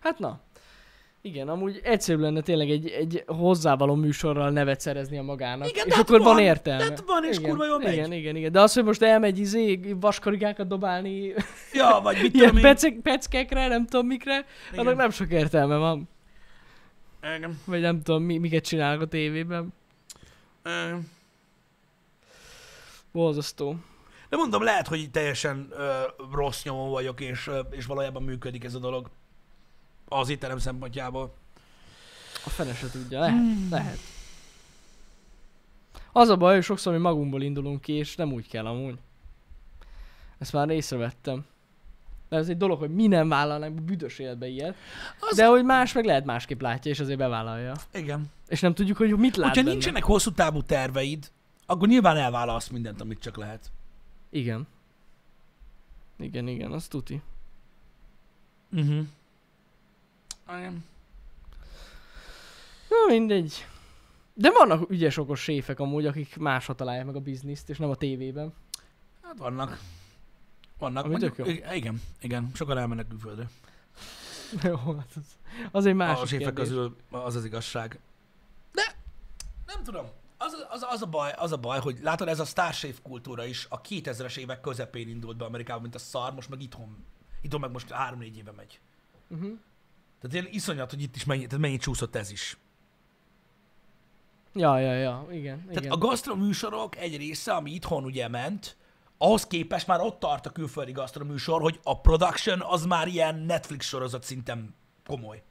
[SPEAKER 2] Hát na. Igen, amúgy egyszerűbb lenne tényleg egy, egy hozzávaló műsorral nevet szereznie magának.
[SPEAKER 1] Igen,
[SPEAKER 2] Igen, és
[SPEAKER 1] de hát
[SPEAKER 2] akkor van,
[SPEAKER 1] van,
[SPEAKER 2] értelme.
[SPEAKER 1] de hát van, és
[SPEAKER 2] igen,
[SPEAKER 1] kurva jól megy.
[SPEAKER 2] Igen, igen, igen. De az, hogy most elmegy izé, vaskarigákat dobálni
[SPEAKER 1] Ja, vagy mit
[SPEAKER 2] ilyen
[SPEAKER 1] tudom én.
[SPEAKER 2] pecek, peckekre, nem tudom mikre, igen. annak nem sok értelme van.
[SPEAKER 1] Igen.
[SPEAKER 2] Vagy nem tudom, mi, miket csinálnak a tévében.
[SPEAKER 1] Igen.
[SPEAKER 2] Borzasztó.
[SPEAKER 1] De mondom, lehet, hogy így teljesen ö, rossz nyomon vagyok, és, ö, és valójában működik ez a dolog. Az étterem szempontjából.
[SPEAKER 2] A fene se tudja, lehet, lehet. Az a baj, hogy sokszor mi magunkból indulunk ki, és nem úgy kell amúgy. Ezt már észrevettem. De ez egy dolog, hogy mi nem vállalnánk büdös életbe ilyet.
[SPEAKER 1] Az-
[SPEAKER 2] Az... De hogy más meg lehet másképp látja, és azért bevállalja.
[SPEAKER 1] Igen.
[SPEAKER 2] És nem tudjuk, hogy mit lát
[SPEAKER 1] Hogyha
[SPEAKER 2] benne.
[SPEAKER 1] nincsenek hosszú távú terveid, akkor nyilván elvállalsz mindent, amit csak lehet.
[SPEAKER 2] Igen. Igen, igen, az tuti. Mhm.
[SPEAKER 1] Uh-huh. Igen.
[SPEAKER 2] Na mindegy. De vannak ügyes okos séfek amúgy, akik másha találják meg a bizniszt, és nem a tévében. <laughs>
[SPEAKER 1] Hát vannak. Vannak.
[SPEAKER 2] Ami
[SPEAKER 1] Mondjuk,
[SPEAKER 2] tök jó.
[SPEAKER 1] i- igen, igen. Sokan elmennek külföldre.
[SPEAKER 2] Jó, hát az, az egy
[SPEAKER 1] Másik a
[SPEAKER 2] másik
[SPEAKER 1] séfek
[SPEAKER 2] kérdés.
[SPEAKER 1] közül az az igazság. De nem tudom. Az, az, az, a baj, az a baj, hogy látod, ez a sztárséf kultúra is a 2000-es évek közepén indult be Amerikában, mint a szar, most meg itthon. Itthon meg most 3-4 éve megy.
[SPEAKER 2] Uh-huh.
[SPEAKER 1] Tehát ilyen iszonyat, hogy itt is mennyi, tehát mennyi csúszott ez is.
[SPEAKER 2] Ja, ja, ja, igen, igen.
[SPEAKER 1] Tehát a gasztroműsorok egy része, ami itthon ugye ment, ahhoz képest már ott tart a külföldi gasztroműsor, hogy a production az már ilyen Netflix sorozat szinten komoly.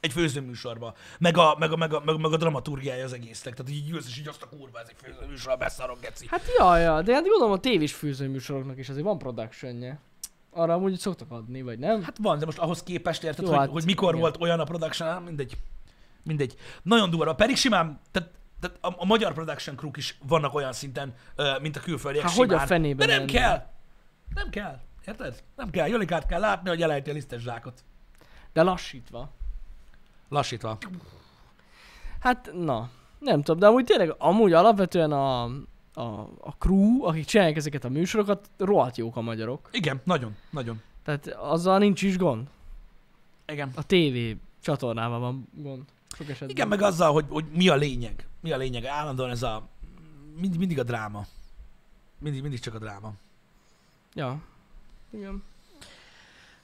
[SPEAKER 1] Egy főzőműsorba. Meg a, meg a, meg a, meg a, meg a dramaturgiája az egésznek. Tehát így ülsz, és így azt a kurva, ez egy főzőműsor, beszarok, geci.
[SPEAKER 2] Hát ja, ja, de hát gondolom a tévés fűzőműsoroknak is azért van productionje. Arra amúgy szoktak adni, vagy nem? Hát,
[SPEAKER 1] Hát van, de most ahhoz képest érted,
[SPEAKER 2] Jó,
[SPEAKER 1] hogy,
[SPEAKER 2] hát
[SPEAKER 1] hogy mikor
[SPEAKER 2] igen.
[SPEAKER 1] volt olyan a production, hát mindegy. Mindegy. Nagyon durva. Pedig simán, tehát, tehát a, a magyar production crew is vannak olyan szinten, ö, mint a külföldiek
[SPEAKER 2] Hát hogy
[SPEAKER 1] simán.
[SPEAKER 2] a fenében
[SPEAKER 1] De nem
[SPEAKER 2] lenne?
[SPEAKER 1] kell. Nem kell. Érted? Nem kell. Jolikát kell látni, hogy elejti a lisztes zsákot.
[SPEAKER 2] de lassítva.
[SPEAKER 1] Lassítva.
[SPEAKER 2] Hát na, nem tudom, de amúgy tényleg, amúgy alapvetően a, a, a crew, akik csinálják ezeket a műsorokat, rohadt jók a magyarok.
[SPEAKER 1] Igen, nagyon, nagyon.
[SPEAKER 2] Tehát azzal nincs is gond.
[SPEAKER 1] Igen.
[SPEAKER 2] A tévé csatornával van gond. Sok esetben.
[SPEAKER 1] Igen, meg azzal, hogy, hogy mi a lényeg. Mi a lényeg. Állandóan ez a... Mind, mindig a dráma. Mindig, mindig csak a dráma.
[SPEAKER 2] Ja. Igen.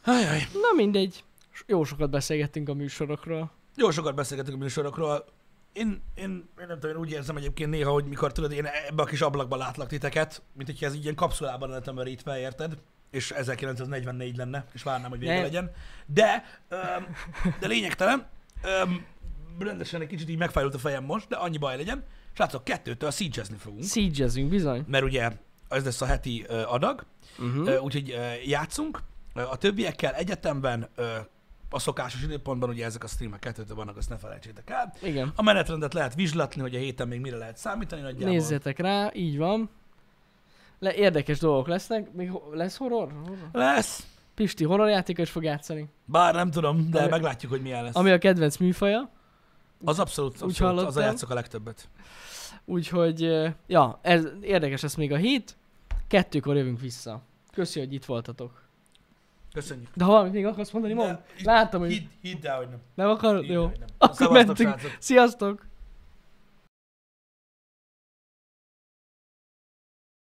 [SPEAKER 1] Ajaj.
[SPEAKER 2] Na mindegy. S- Jó sokat beszélgettünk a műsorokról.
[SPEAKER 1] Jó sokat beszélgetünk a műsorokról. Én, én, én nem tudom, én úgy érzem egyébként néha, hogy mikor tudod, én ebbe a kis ablakba látlak titeket, mint hogyha ez így ilyen kapszulában lenne tömörítve, érted? És 1944 lenne, és várnám, hogy vége
[SPEAKER 2] Ne.
[SPEAKER 1] legyen. De, öm, de lényegtelen, öm, rendesen egy kicsit így megfájult a fejem most, de annyi baj legyen. Srácok, kettőtől szígyezni fogunk,
[SPEAKER 2] Siege-ezünk bizony.
[SPEAKER 1] mert ugye ez lesz a heti ö, adag,
[SPEAKER 2] Uh-huh.
[SPEAKER 1] Ö, Úgyhogy ö, játszunk. Ö, A többiekkel egyetemben ö, a szokásos időpontban, ugye ezek a streamek kettőtől vannak, azt ne felejtsétek el.
[SPEAKER 2] Igen.
[SPEAKER 1] A menetrendet lehet vizslatni, hogy a héten még mire lehet számítani nagyjából.
[SPEAKER 2] Nézzetek rá, így van. Le, érdekes dolgok lesznek. Még ho- lesz horror? horror?
[SPEAKER 1] Lesz,
[SPEAKER 2] Pisti horrorjátékot is fog játszani.
[SPEAKER 1] bár nem tudom, de
[SPEAKER 2] Ami-
[SPEAKER 1] meglátjuk, hogy milyen lesz.
[SPEAKER 2] Ami a kedvenc műfaja.
[SPEAKER 1] Az abszolút,
[SPEAKER 2] Úgy
[SPEAKER 1] abszolút az a
[SPEAKER 2] hallottam.
[SPEAKER 1] játszok a legtöbbet.
[SPEAKER 2] Úgyhogy, ö, ja, ez, érdekes lesz még a hét. Kettőkor jövünk vissza. Köszi, hogy itt voltatok.
[SPEAKER 1] Köszönjük.
[SPEAKER 2] De ha valamit még akarsz mondani, mondd.
[SPEAKER 1] De-
[SPEAKER 2] Láttam, hogy
[SPEAKER 1] Hidd, hidd el, hogy nem.
[SPEAKER 2] nem akarod?
[SPEAKER 1] Hidd el,
[SPEAKER 2] Jó.
[SPEAKER 1] hogy nem.
[SPEAKER 2] Akkor
[SPEAKER 1] Szevasztok,
[SPEAKER 2] mentünk.
[SPEAKER 1] srácok.
[SPEAKER 2] Sziasztok!